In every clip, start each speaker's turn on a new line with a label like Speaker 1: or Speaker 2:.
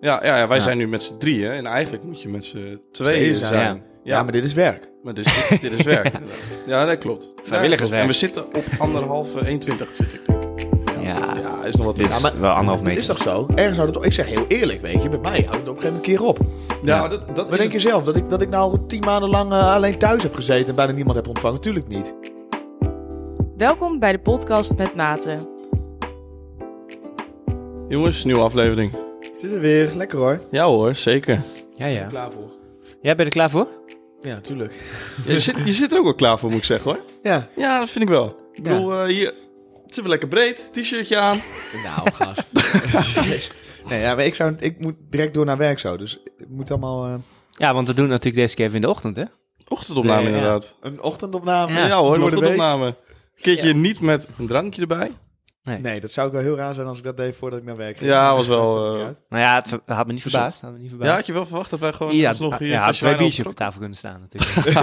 Speaker 1: Ja, ja, ja wij
Speaker 2: Ja.
Speaker 1: zijn nu met z'n drieën en eigenlijk moet je met z'n
Speaker 2: Tweeën
Speaker 1: tweeën
Speaker 2: zijn,
Speaker 1: zijn.
Speaker 2: ja.
Speaker 1: Ja,
Speaker 3: Ja, maar dit is werk.
Speaker 1: maar dit is, dit is werk inderdaad. Ja, dat klopt.
Speaker 2: Vrijwilligerswerk.
Speaker 1: En we zitten op anderhalve, 21 zit ik denk ik.
Speaker 2: Ja,
Speaker 1: Ja, is nog wat
Speaker 2: dit
Speaker 1: in.
Speaker 2: is
Speaker 3: Ja, maar-
Speaker 2: wel anderhalf
Speaker 3: Het
Speaker 2: meter.
Speaker 3: is toch zo? Ergens houdt het op. Ik zeg heel eerlijk, weet je, bij mij houdt het op een gegeven moment een keer op.
Speaker 1: Ja, maar dat, dat
Speaker 3: Maar
Speaker 1: is
Speaker 3: denk je zelf dat ik, dat ik nou tien maanden lang eh, alleen thuis heb gezeten en bijna niemand heb ontvangen? Tuurlijk niet.
Speaker 4: Welkom bij de podcast met Maten.
Speaker 1: het. Jongens, nieuwe aflevering.
Speaker 3: Zit er weer. Lekker hoor.
Speaker 1: Ja hoor, zeker.
Speaker 2: Ja, ja.
Speaker 3: Klaar voor.
Speaker 2: Jij bent er klaar voor?
Speaker 3: Ja, natuurlijk.
Speaker 1: Je zit, je zit er ook wel klaar voor, moet ik zeggen hoor.
Speaker 3: Ja.
Speaker 1: Ja, dat vind ik wel. Ik bedoel, eh, hier zitten we lekker breed, t-shirtje aan.
Speaker 3: Nou, gast. nee, ja, maar ik, zou, ik moet direct door naar werk zo. Dus ik moet allemaal... eh,
Speaker 2: Ja, want we doen natuurlijk deze keer even in de ochtend, hè?
Speaker 1: Ochtendopname
Speaker 2: Nee, ja.
Speaker 1: inderdaad.
Speaker 3: een ochtendopname.
Speaker 1: Ja,
Speaker 2: Ja,
Speaker 1: hoor, een
Speaker 3: door de week.
Speaker 1: ochtendopname. Keertje niet met een drankje erbij.
Speaker 3: Nee, dat zou ook wel heel raar zijn als ik dat deed voordat ik naar werk ging.
Speaker 1: Ja, was wel,
Speaker 3: Ja,
Speaker 1: eh,
Speaker 2: Nou ja, het ver- had me niet verbaasd. Had me niet
Speaker 1: Ja,
Speaker 2: verbaasd.
Speaker 1: had je wel verwacht dat wij gewoon
Speaker 2: ja,
Speaker 1: alsnog hier
Speaker 2: ja,
Speaker 1: een
Speaker 2: had
Speaker 1: flesje
Speaker 2: twee
Speaker 1: wijn
Speaker 2: biertjes op tafel kunnen staan natuurlijk.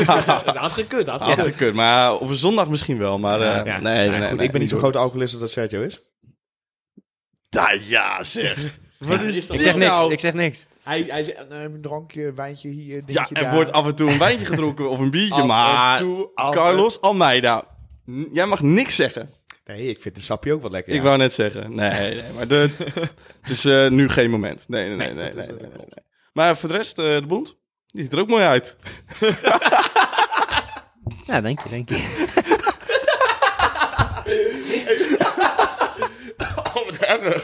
Speaker 3: dat had gekund. Dat
Speaker 1: Ja, gekund, maar op een zondag misschien wel. Maar eh,
Speaker 3: Ja.
Speaker 1: nee,
Speaker 3: Nou,
Speaker 1: nee,
Speaker 3: goed,
Speaker 1: nee,
Speaker 3: ik ben niet zo'n
Speaker 1: hoor.
Speaker 3: grote alcoholist als dat Sergio is.
Speaker 1: Ja, Nou ja, zeg. Wat is
Speaker 2: ik
Speaker 1: dit
Speaker 2: zeg niks,
Speaker 1: nou?
Speaker 2: ik zeg niks.
Speaker 3: Hij, hij zegt, eh, een drankje, een wijntje hier, dingetje
Speaker 1: Ja, er
Speaker 3: daar.
Speaker 1: wordt af en toe een wijntje gedronken of een
Speaker 3: Af
Speaker 1: biertje,
Speaker 3: en
Speaker 1: maar
Speaker 3: toe, af en-
Speaker 1: Carlos Almeida, n- jij mag niks zeggen.
Speaker 3: Nee, ik vind een sapje ook wel lekker.
Speaker 1: Ik
Speaker 3: ja.
Speaker 1: wou net zeggen, nee, nee maar de, het is eh, nu geen moment. Nee, nee, nee, nee, nee, nee, nee, nee. Maar voor de rest, eh, de bond, die ziet er ook mooi uit.
Speaker 2: Ja, denk je, denk je.
Speaker 1: Oh,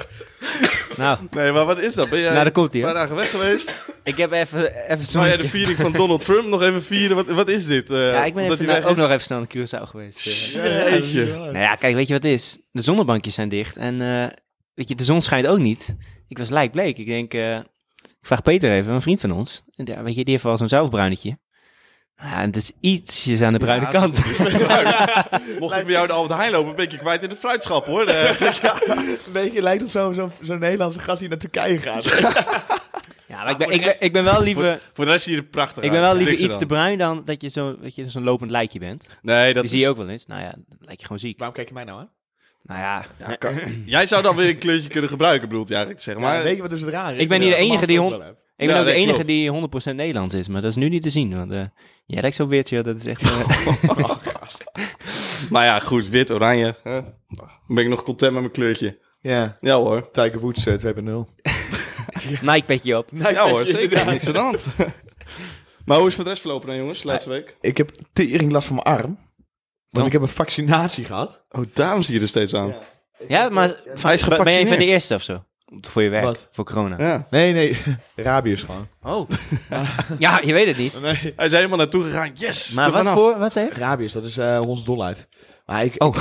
Speaker 2: Nou,
Speaker 1: Nee, maar wat is dat? Ben jij
Speaker 2: Nou, daar komt-ie,
Speaker 1: een
Speaker 2: hè?
Speaker 1: paar dagen weg geweest?
Speaker 2: ik heb even, even zo'n...
Speaker 1: Zou jij de viering van Donald Trump nog even vieren? Wat, wat is dit? eh,
Speaker 2: Ja, ik ben
Speaker 1: dat hij
Speaker 2: even, nou,
Speaker 1: weg
Speaker 2: ook
Speaker 1: is?
Speaker 2: nog even snel naar Curaçao geweest. eh.
Speaker 1: Jeetje.
Speaker 2: Nou ja, kijk, weet je wat het is? De zonnebankjes zijn dicht en eh, weet je, de zon schijnt ook niet. Ik was lijkbleek. Ik denk, eh, ik vraag Peter even, een vriend van ons. En Ja, weet je, die heeft wel zo'n zelfbruinetje. Ja, het is ietsjes aan de bruine
Speaker 1: Ja,
Speaker 2: kant.
Speaker 1: Mocht ik bij jou de Albert Heijn lopen, ben ik je kwijt in de fruitschap, hoor. Eh,
Speaker 3: Een beetje lijkt op zo'n zo, zo'n Nederlandse gast die naar Turkije gaat.
Speaker 2: Ja, maar ik ben, ik ben, ik ben wel liever,
Speaker 1: voor de rest zie je er prachtig
Speaker 2: ik
Speaker 1: uit.
Speaker 2: ben wel liever
Speaker 1: Niks
Speaker 2: iets te
Speaker 1: eraan.
Speaker 2: bruin dan dat je zo'n weet je, zo'n lopend lijkje bent.
Speaker 1: Nee, dat
Speaker 2: die
Speaker 1: is...
Speaker 2: zie je ook wel eens. Nou ja, dan lijk je gewoon ziek.
Speaker 3: Waarom kijk je mij nou aan?
Speaker 2: Nou ja,
Speaker 1: Ja, kan- Jij zou dan weer een kleurtje kunnen gebruiken, bedoelt hij eigenlijk, zeg maar.
Speaker 3: Maar weet je wat dus het raar is?
Speaker 2: Ik ben niet de
Speaker 3: Dat
Speaker 2: enige die
Speaker 3: mag
Speaker 2: hond-
Speaker 3: ik ook wel hebben.
Speaker 2: ik ben
Speaker 1: Ja,
Speaker 2: ook de
Speaker 1: nee,
Speaker 2: enige
Speaker 1: klopt.
Speaker 2: die 100% Nederlands is, maar dat is nu niet te zien. Want eh jij lijkt zo weertje, dat is echt... eh,
Speaker 3: Oh,
Speaker 1: Maar ja, goed, wit, oranje. hè. Dan ben ik nog content met mijn kleurtje.
Speaker 3: Ja,
Speaker 1: Ja hoor.
Speaker 3: Tiger Woods eh, 2.0.
Speaker 2: Nike petje op.
Speaker 1: ja hoor, zeker. Niks aan de hand. Maar hoe is het voor de rest verlopen dan, jongens, laatste
Speaker 2: Eh,
Speaker 1: week?
Speaker 3: Ik heb tering last van mijn arm. Want
Speaker 2: Dan-
Speaker 3: ik heb een vaccinatie gehad.
Speaker 1: Oh, daarom zie je er steeds aan.
Speaker 3: Ja.
Speaker 2: Ja, maar
Speaker 1: Hij is
Speaker 2: ben je een van de
Speaker 1: gevaccineerd.
Speaker 2: eerste of zo? Voor je werk,
Speaker 3: Wat?
Speaker 2: voor corona.
Speaker 1: Ja.
Speaker 3: Nee, nee. Rabius gewoon.
Speaker 2: Oh. ja, je weet het niet.
Speaker 3: Nee.
Speaker 1: Hij is helemaal naartoe gegaan. Yes!
Speaker 2: Maar
Speaker 1: er
Speaker 2: wat
Speaker 1: vanaf.
Speaker 2: voor, wat zei je?
Speaker 3: Rabius, dat is eh hondsdolheid. Maar ik,
Speaker 2: Oh.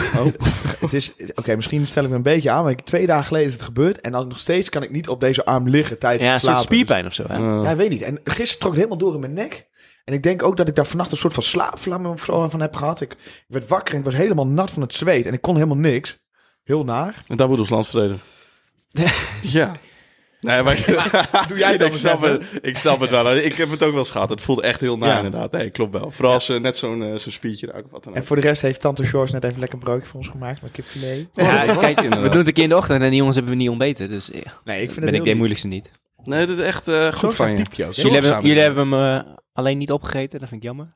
Speaker 3: het is, oké, misschien stel ik me een beetje aan, maar ik, twee dagen geleden is het gebeurd en dan nog steeds kan ik niet op deze arm liggen tijdens
Speaker 2: Ja, een
Speaker 3: het
Speaker 2: soort
Speaker 3: slapen. dus. Eh.
Speaker 2: spierpijn of zo. Hè?
Speaker 1: Ja.
Speaker 3: Ja, ik weet niet. En gisteren trok het helemaal door in mijn nek. En ik denk ook dat ik daar vannacht een soort van slaapvlam of zo van heb gehad. Ik, ik werd wakker en ik was helemaal nat van het zweet. En ik kon helemaal niks. Heel naar.
Speaker 1: En daar moet ons land verdedigen. ja. Nee, maar doe
Speaker 3: jij dan
Speaker 1: ik snap,
Speaker 3: eens
Speaker 1: het, ik snap het wel. Ik heb het ook wel eens gehad. Het voelt echt heel naar,
Speaker 3: Ja.
Speaker 1: inderdaad. Nee, klopt wel. Vooral als eh, net zo'n eh, zo'n speedje raakt of wat dan ook.
Speaker 3: En voor de rest heeft Tante George net even lekker een broodje voor ons gemaakt met kipfilet.
Speaker 2: Ja,
Speaker 1: dat
Speaker 2: kijk,
Speaker 1: klopt
Speaker 2: we
Speaker 1: inderdaad.
Speaker 2: doen het een keer in de ochtend en die jongens hebben we niet ontbeten. Dus eh,
Speaker 3: Nee, ik vind
Speaker 2: ben ik
Speaker 3: het
Speaker 2: de
Speaker 3: heel
Speaker 2: moeilijkste niet.
Speaker 1: Nee, het is echt eh, goed van je.
Speaker 3: Typje ook.
Speaker 1: Zo-
Speaker 2: Jullie hebben,
Speaker 1: Zorgzaam.
Speaker 2: jullie hebben hem eh, alleen niet opgegeten, dat vind ik jammer.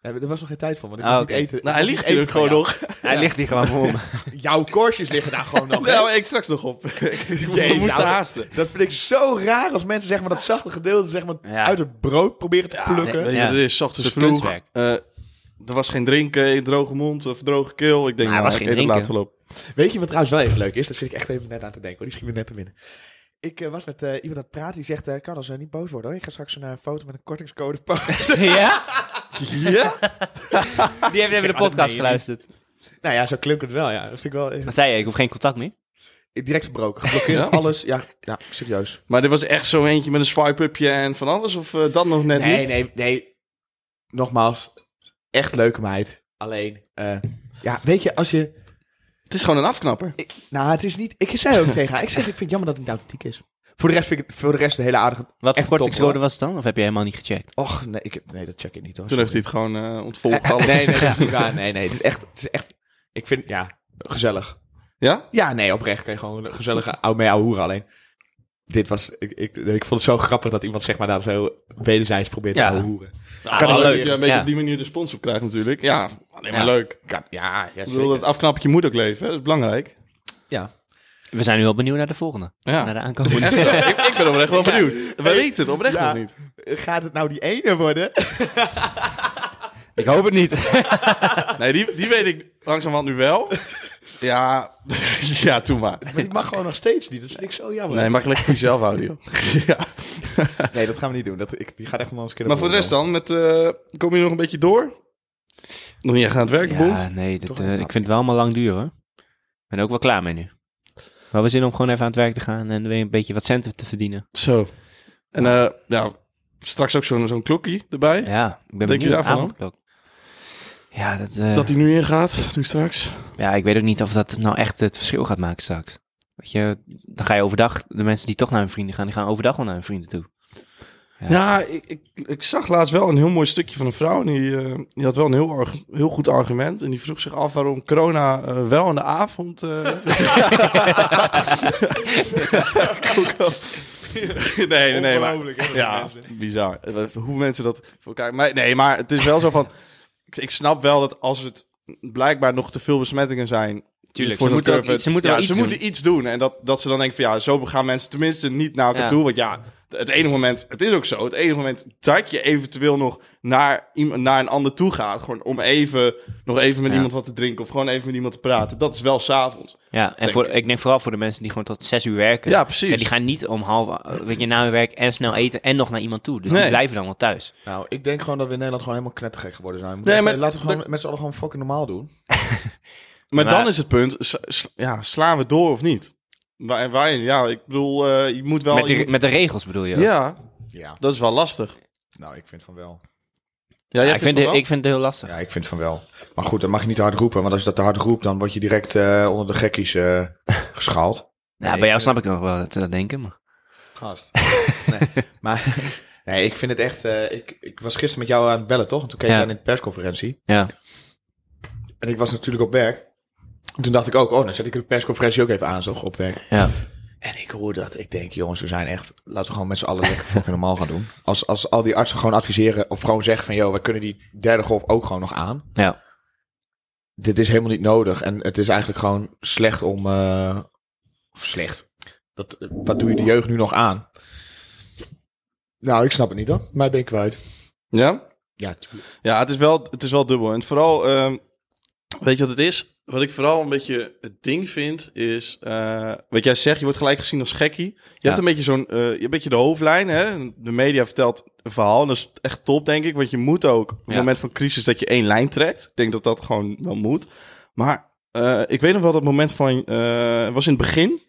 Speaker 3: Ja, er was nog geen tijd voor, want ik
Speaker 2: Ah,
Speaker 3: moet
Speaker 2: oké.
Speaker 3: niet eten.
Speaker 1: Nou, hij
Speaker 3: Ik moet
Speaker 1: ligt
Speaker 3: niet
Speaker 1: hier ook gewoon
Speaker 3: eten van
Speaker 1: nog.
Speaker 2: Hij ligt hier gewoon voor me.
Speaker 3: jou. Jouw korstjes liggen daar gewoon nog. hè?
Speaker 1: Ja, maar ik straks nog op. ik
Speaker 3: Jee,
Speaker 1: moest
Speaker 3: nou,
Speaker 1: haasten.
Speaker 3: Dat vind ik zo raar als mensen zeg maar, dat zachte gedeelte zeg maar,
Speaker 2: Ja.
Speaker 3: uit het brood proberen te plukken.
Speaker 1: Weet je
Speaker 2: Ja.
Speaker 1: wat het is? 's ochtends
Speaker 2: Een soort
Speaker 1: vroeg.
Speaker 2: kunstwerk.
Speaker 1: eh, er was geen drinken, een droge mond of droge keel. Ik denk,
Speaker 2: Maar
Speaker 1: nou,
Speaker 2: er was
Speaker 1: ik eet
Speaker 2: geen
Speaker 1: het
Speaker 2: drinken.
Speaker 1: laat wel op.
Speaker 3: Weet je wat trouwens wel even leuk is? Daar zit ik echt even net aan te denken. hoor. Die schiet me net te binnen. Ik eh, was met eh, iemand aan het praten. Die zegt, kan Carlos, eh, niet boos worden hoor. Ik ga straks een eh, foto met een kortingscode posten.
Speaker 2: ja?
Speaker 1: Ja?
Speaker 2: Die heeft even de
Speaker 3: Ja, dat meen
Speaker 2: podcast
Speaker 3: je
Speaker 2: geluisterd.
Speaker 3: nou ja, zo klinkt het wel. Ja. Dat vind ik wel... eh,
Speaker 2: Wat zei je? Ik hoef geen contact meer.
Speaker 3: direct verbroken. Geblokkeerd,
Speaker 1: Ja?
Speaker 3: alles. Ja, ja, serieus.
Speaker 1: Maar dit was echt zo eentje met een swipe-upje en van alles? Of eh, dat nog net
Speaker 3: Nee,
Speaker 1: niet?
Speaker 3: nee, nee. Nogmaals, echt leuke meid. Alleen, eh, ja, weet je, als je...
Speaker 1: Het is gewoon een afknapper.
Speaker 3: ik- nou, het is niet... Ik zei ook tegen haar. Ik zeg, ik vind het jammer dat het niet authentiek is. Voor de rest vind ik het, voor de rest een hele aardige...
Speaker 2: Wat voor
Speaker 3: Echt top,
Speaker 2: kortingscode
Speaker 3: hoor.
Speaker 2: was het dan? Of heb je helemaal niet gecheckt?
Speaker 3: Och, nee, ik heb, nee dat check ik niet hoor.
Speaker 1: Toen heeft hij het gewoon eh, ontvolgd alles.
Speaker 3: Nee, nee, dat is niet waar. nee, nee. Het is echt, het is echt. Ik vind, ja, gezellig.
Speaker 1: Ja?
Speaker 3: Ja, nee, oprecht kan je gewoon gezellig ou mee ouwe hoeren alleen. Dit was, ik, ik, ik vond het zo grappig dat iemand zeg maar daar zo wederzijds probeert
Speaker 2: Ja.
Speaker 3: te ouwe hoeren.
Speaker 1: Ja, Ah,
Speaker 2: wel
Speaker 1: maar
Speaker 2: leuk.
Speaker 1: dat je een beetje
Speaker 2: Ja.
Speaker 1: op die manier de sponsor krijgt natuurlijk. Ja, alleen maar
Speaker 2: Ja.
Speaker 1: leuk.
Speaker 3: Kan- ja, ja,
Speaker 1: Ik bedoel, dat afknapje moet ook leven. hè. Dat is belangrijk.
Speaker 3: Ja.
Speaker 2: We zijn nu al benieuwd naar de volgende.
Speaker 1: Ja.
Speaker 2: Naar de aankomende.
Speaker 1: Echt zo. ik, ik ben oprecht wel benieuwd. We weten het oprecht
Speaker 3: Ja.
Speaker 1: nog niet.
Speaker 3: Gaat het nou die ene worden?
Speaker 2: ik hoop het niet.
Speaker 1: Nee, die, die weet ik langzamerhand nu wel. Ja, ja, doe maar.
Speaker 3: Maar die mag gewoon nog steeds niet. Dat vind ik zo jammer.
Speaker 1: Nee, maar lekker voor jezelf houden, joh. Ja.
Speaker 3: Nee, dat gaan we niet doen. Dat, ik, die gaat echt wel eens een keer
Speaker 1: Maar voor de rest dan, met, eh, kom je nog een beetje door? Nog niet echt aan het werk, de Bond?
Speaker 2: Ja, nee, dat,
Speaker 3: Toch
Speaker 2: eh,
Speaker 3: wel
Speaker 2: ik vind het wel allemaal lang duren. hoor. Ik ben er ook wel klaar mee nu. Maar we zin om gewoon even aan het werk te gaan en weer een beetje wat centen te verdienen.
Speaker 1: Zo. En eh, ja, straks ook zo'n zo'n klokkie erbij.
Speaker 2: Ja, ik ben
Speaker 1: Denk je
Speaker 2: benieuwd.
Speaker 1: daarvan,
Speaker 2: Avondklok. Ja, dat, eh,
Speaker 1: Dat die nu ingaat, nu straks.
Speaker 2: ja, ik weet ook niet of dat nou echt het verschil gaat maken straks. Weet je, dan ga je overdag, de mensen die toch naar hun vrienden gaan, die gaan overdag wel naar hun vrienden toe. Ja.
Speaker 1: Ja, Nou, ik, ik, ik zag laatst wel een heel mooi stukje van een vrouw. En die, eh, die had wel een heel, arg- heel goed argument. En die vroeg zich af waarom corona eh, wel in de avond... eh, Ook wel. nee, nee, nee. Maar, ja, bizar. Wat- Hoe mensen dat voor elkaar... Maar, nee, maar het is wel zo van... Ik, ik snap wel dat als het blijkbaar nog te veel besmettingen zijn...
Speaker 2: Tuurlijk,
Speaker 1: voor zo'n
Speaker 2: ze moeten wel
Speaker 1: curve-
Speaker 2: iets- ze moeten
Speaker 1: ja,
Speaker 2: wel iets
Speaker 1: ze
Speaker 2: doen.
Speaker 1: moeten iets doen. En dat, dat ze dan denken van ja, zo gaan mensen tenminste niet naar elkaar
Speaker 2: Ja.
Speaker 1: toe. Want ja, het ene moment, het is ook zo. Het ene moment dat je eventueel nog naar, iemand, naar een ander toe gaat. Gewoon om even, nog even met
Speaker 2: Ja.
Speaker 1: iemand wat te drinken. Of gewoon even met iemand te praten. Dat is wel s'avonds.
Speaker 2: Ja, en
Speaker 1: Denk
Speaker 2: voor,
Speaker 1: ik.
Speaker 2: ik neem vooral voor de mensen die gewoon tot zes uur werken.
Speaker 1: Ja, precies.
Speaker 2: Kijk, die gaan niet om half, eh, weet je, na hun werk en snel eten en nog naar iemand toe. Dus die
Speaker 1: Nee.
Speaker 2: blijven dan wel thuis.
Speaker 3: Nou, ik denk gewoon dat we in Nederland gewoon helemaal knettergek geworden zijn. We
Speaker 1: Nee,
Speaker 3: moeten echt-
Speaker 1: maar-
Speaker 3: laten we gewoon met z'n allen gewoon fucking normaal doen.
Speaker 1: Maar,
Speaker 2: Maar-
Speaker 1: dan is het punt, s- s- ja, slaan we door of niet? Waar, waar, ja, ik bedoel, eh, je moet wel...
Speaker 2: met, de,
Speaker 1: je moet-
Speaker 2: met de regels bedoel je? ook?
Speaker 1: ja,
Speaker 3: Ja,
Speaker 1: dat is wel lastig.
Speaker 3: nou, ik vind van wel.
Speaker 1: Ja,
Speaker 2: ik, vind het, ik vind het heel lastig.
Speaker 3: Ja, ik vind van wel. Maar goed, dat mag je niet te hard roepen. Want als je dat te hard roept, dan word je direct eh, onder de gekkies eh, geschaald.
Speaker 2: Ja,
Speaker 3: Nee,
Speaker 2: bij jou
Speaker 3: ik-
Speaker 2: snap ik nog wel dat ze dat denken. Maar...
Speaker 3: Gast. Nee, maar nee, ik vind het echt... eh, ik, ik was gisteren met jou aan het bellen, toch? En toen keek
Speaker 2: Ja.
Speaker 3: jij in de persconferentie.
Speaker 2: Ja.
Speaker 3: En ik was natuurlijk op werk. En toen dacht ik ook, oh, dan zet ik de persconferentie ook even aan, zo op werk.
Speaker 2: Ja.
Speaker 3: En ik hoor dat. Ik denk, jongens, we zijn echt... Laten we gewoon met z'n allen lekker fucking normaal gaan doen. Als, als al die artsen gewoon adviseren of gewoon zeggen van... joh, we kunnen die derde golf ook gewoon nog aan.
Speaker 2: Ja.
Speaker 3: Dit is helemaal niet nodig. En het is eigenlijk gewoon slecht om... eh, of slecht. Dat, wat doe je de jeugd nu nog aan? Nou, ik snap het niet hoor. Mij ben ik kwijt.
Speaker 1: Ja?
Speaker 3: Ja,
Speaker 1: Ja, het is wel, het is wel dubbel. En vooral, ehm, weet je wat het is? Wat ik vooral een beetje het ding vind, is... eh, wat jij zegt, je wordt gelijk gezien als gekkie. Je hebt een beetje zo'n... eh, je een beetje de hoofdlijn, hè? De media vertelt een verhaal. En dat is echt top, denk ik. Want je moet ook, op het
Speaker 2: Ja.
Speaker 1: moment van crisis, dat je één lijn trekt. Ik denk dat dat gewoon wel moet. Maar eh, ik weet nog wel dat moment van... eh, het was in het begin.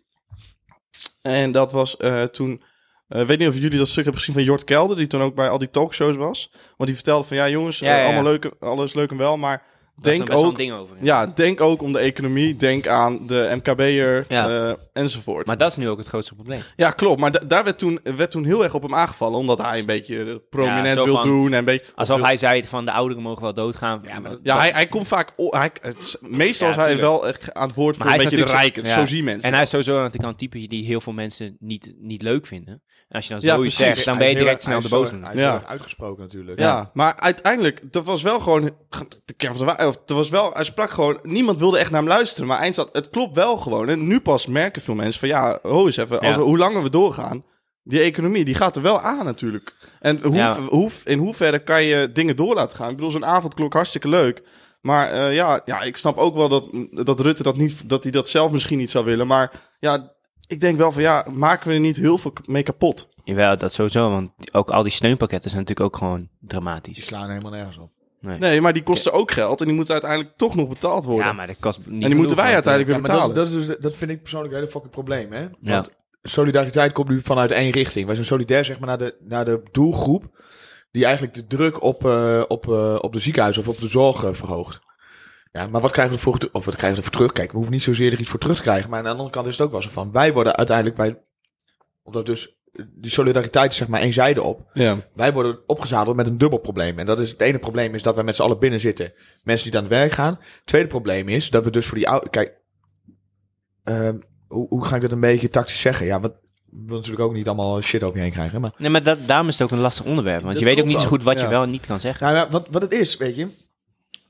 Speaker 1: En dat was eh, toen... eh, Ik weet niet of jullie dat stuk hebben gezien van Jort Kelder... die toen ook bij al die talkshows was. Want die vertelde van... ja jongens,
Speaker 2: Ja,
Speaker 1: eh,
Speaker 2: ja, ja.
Speaker 1: allemaal leuk, alles leuk en wel... maar
Speaker 2: Daar is dan
Speaker 1: denk
Speaker 2: best wel
Speaker 1: ook
Speaker 2: een ding over. ja.
Speaker 1: ja, denk ook om de economie. Denk aan de MKB'er
Speaker 2: Ja.
Speaker 1: eh, enzovoort.
Speaker 2: Maar dat is nu ook het grootste probleem.
Speaker 1: ja, klopt. Maar da- daar werd toen, werd toen heel erg op hem aangevallen. Omdat hij een beetje eh,
Speaker 2: Ja,
Speaker 1: prominent
Speaker 2: zo
Speaker 1: wil
Speaker 2: van-
Speaker 1: doen. En een beetje,
Speaker 2: Alsof
Speaker 1: of-
Speaker 2: hij zei van de ouderen mogen wel doodgaan. Ja, maar,
Speaker 1: Ja, hij, hij komt vaak... o- hij, het is- meestal
Speaker 2: Ja,
Speaker 1: is hij
Speaker 2: tuurlijk.
Speaker 1: wel echt aan het woord voor
Speaker 2: hij
Speaker 1: een
Speaker 2: is
Speaker 1: beetje de
Speaker 2: natuurlijk
Speaker 1: rijken.
Speaker 2: ja.
Speaker 1: Zo zien mensen.
Speaker 2: En hij is sowieso aan de kant type die heel veel mensen niet, niet leuk vinden. En als je dan
Speaker 1: Ja,
Speaker 2: zoiets
Speaker 1: precies.
Speaker 2: zegt, dan ben je direct snel de boze.
Speaker 3: Hij
Speaker 2: natuurlijk.
Speaker 3: is
Speaker 1: Ja.
Speaker 3: heel erg uitgesproken natuurlijk.
Speaker 1: ja. maar uiteindelijk, dat was wel gewoon de kern van de waarheid. Of, dat was wel, hij sprak gewoon, niemand wilde echt naar hem luisteren. Maar eindstad, het klopt wel gewoon. En nu pas merken veel mensen van, ja, ho eens even, als
Speaker 2: Ja.
Speaker 1: we, hoe langer we doorgaan, die economie, die gaat er wel aan natuurlijk. En hoe,
Speaker 2: Ja.
Speaker 1: hoe, in hoeverre kan je dingen door laten gaan? Ik bedoel, zo'n avondklok, hartstikke leuk. Maar eh, ja, ja, ik snap ook wel dat, dat Rutte dat niet, dat hij dat zelf misschien niet zou willen. Maar ja, ik denk wel van, ja, maken we er niet heel veel mee kapot?
Speaker 2: Jawel, dat sowieso. Want ook al die steunpakketten zijn natuurlijk ook gewoon
Speaker 3: Die
Speaker 2: dramatisch.
Speaker 3: slaan helemaal nergens op.
Speaker 1: Nee, maar die kosten ook geld en die moeten uiteindelijk toch nog betaald worden.
Speaker 2: Ja, maar dat kost niet eh,
Speaker 1: en die moeten wij uiteindelijk
Speaker 3: Ja,
Speaker 1: weer
Speaker 3: maar dat,
Speaker 1: betalen.
Speaker 3: is- dat, is dus, dat vind ik persoonlijk een hele fucking probleem, hè? Want solidariteit komt nu vanuit één richting. Wij zijn solidair, zeg maar, naar de, naar de doelgroep... die eigenlijk de druk op, eh, op, eh, op de ziekenhuizen of op de zorg eh, verhoogt. Ja, maar wat krijgen we ervoor, te- of wat krijgen we ervoor terug? Kijk, we hoeven niet zozeer er iets voor terug te krijgen. Maar aan de andere kant is het ook wel zo van... wij worden uiteindelijk... Wij, omdat dus eh, die solidariteit is zeg maar één zijde op...
Speaker 1: ja.
Speaker 3: Wij worden opgezadeld met een dubbel probleem. En dat is het ene probleem is dat wij met z'n allen binnen zitten. Mensen niet aan het werk gaan. Het tweede probleem is dat we dus voor die oude. Kijk, ehm, hoe, hoe ga ik dat een beetje tactisch zeggen? Ja, want wil natuurlijk ook niet allemaal shit over je heen krijgen. Maar
Speaker 2: Nee, maar dat, daarom is het ook een lastig onderwerp. Want
Speaker 1: Dat
Speaker 2: je weet ook
Speaker 1: klopt
Speaker 2: niet zo
Speaker 1: ook,
Speaker 2: goed wat je
Speaker 3: ja.
Speaker 2: wel en niet kan zeggen.
Speaker 3: Nou ja, wat, wat het is, weet je.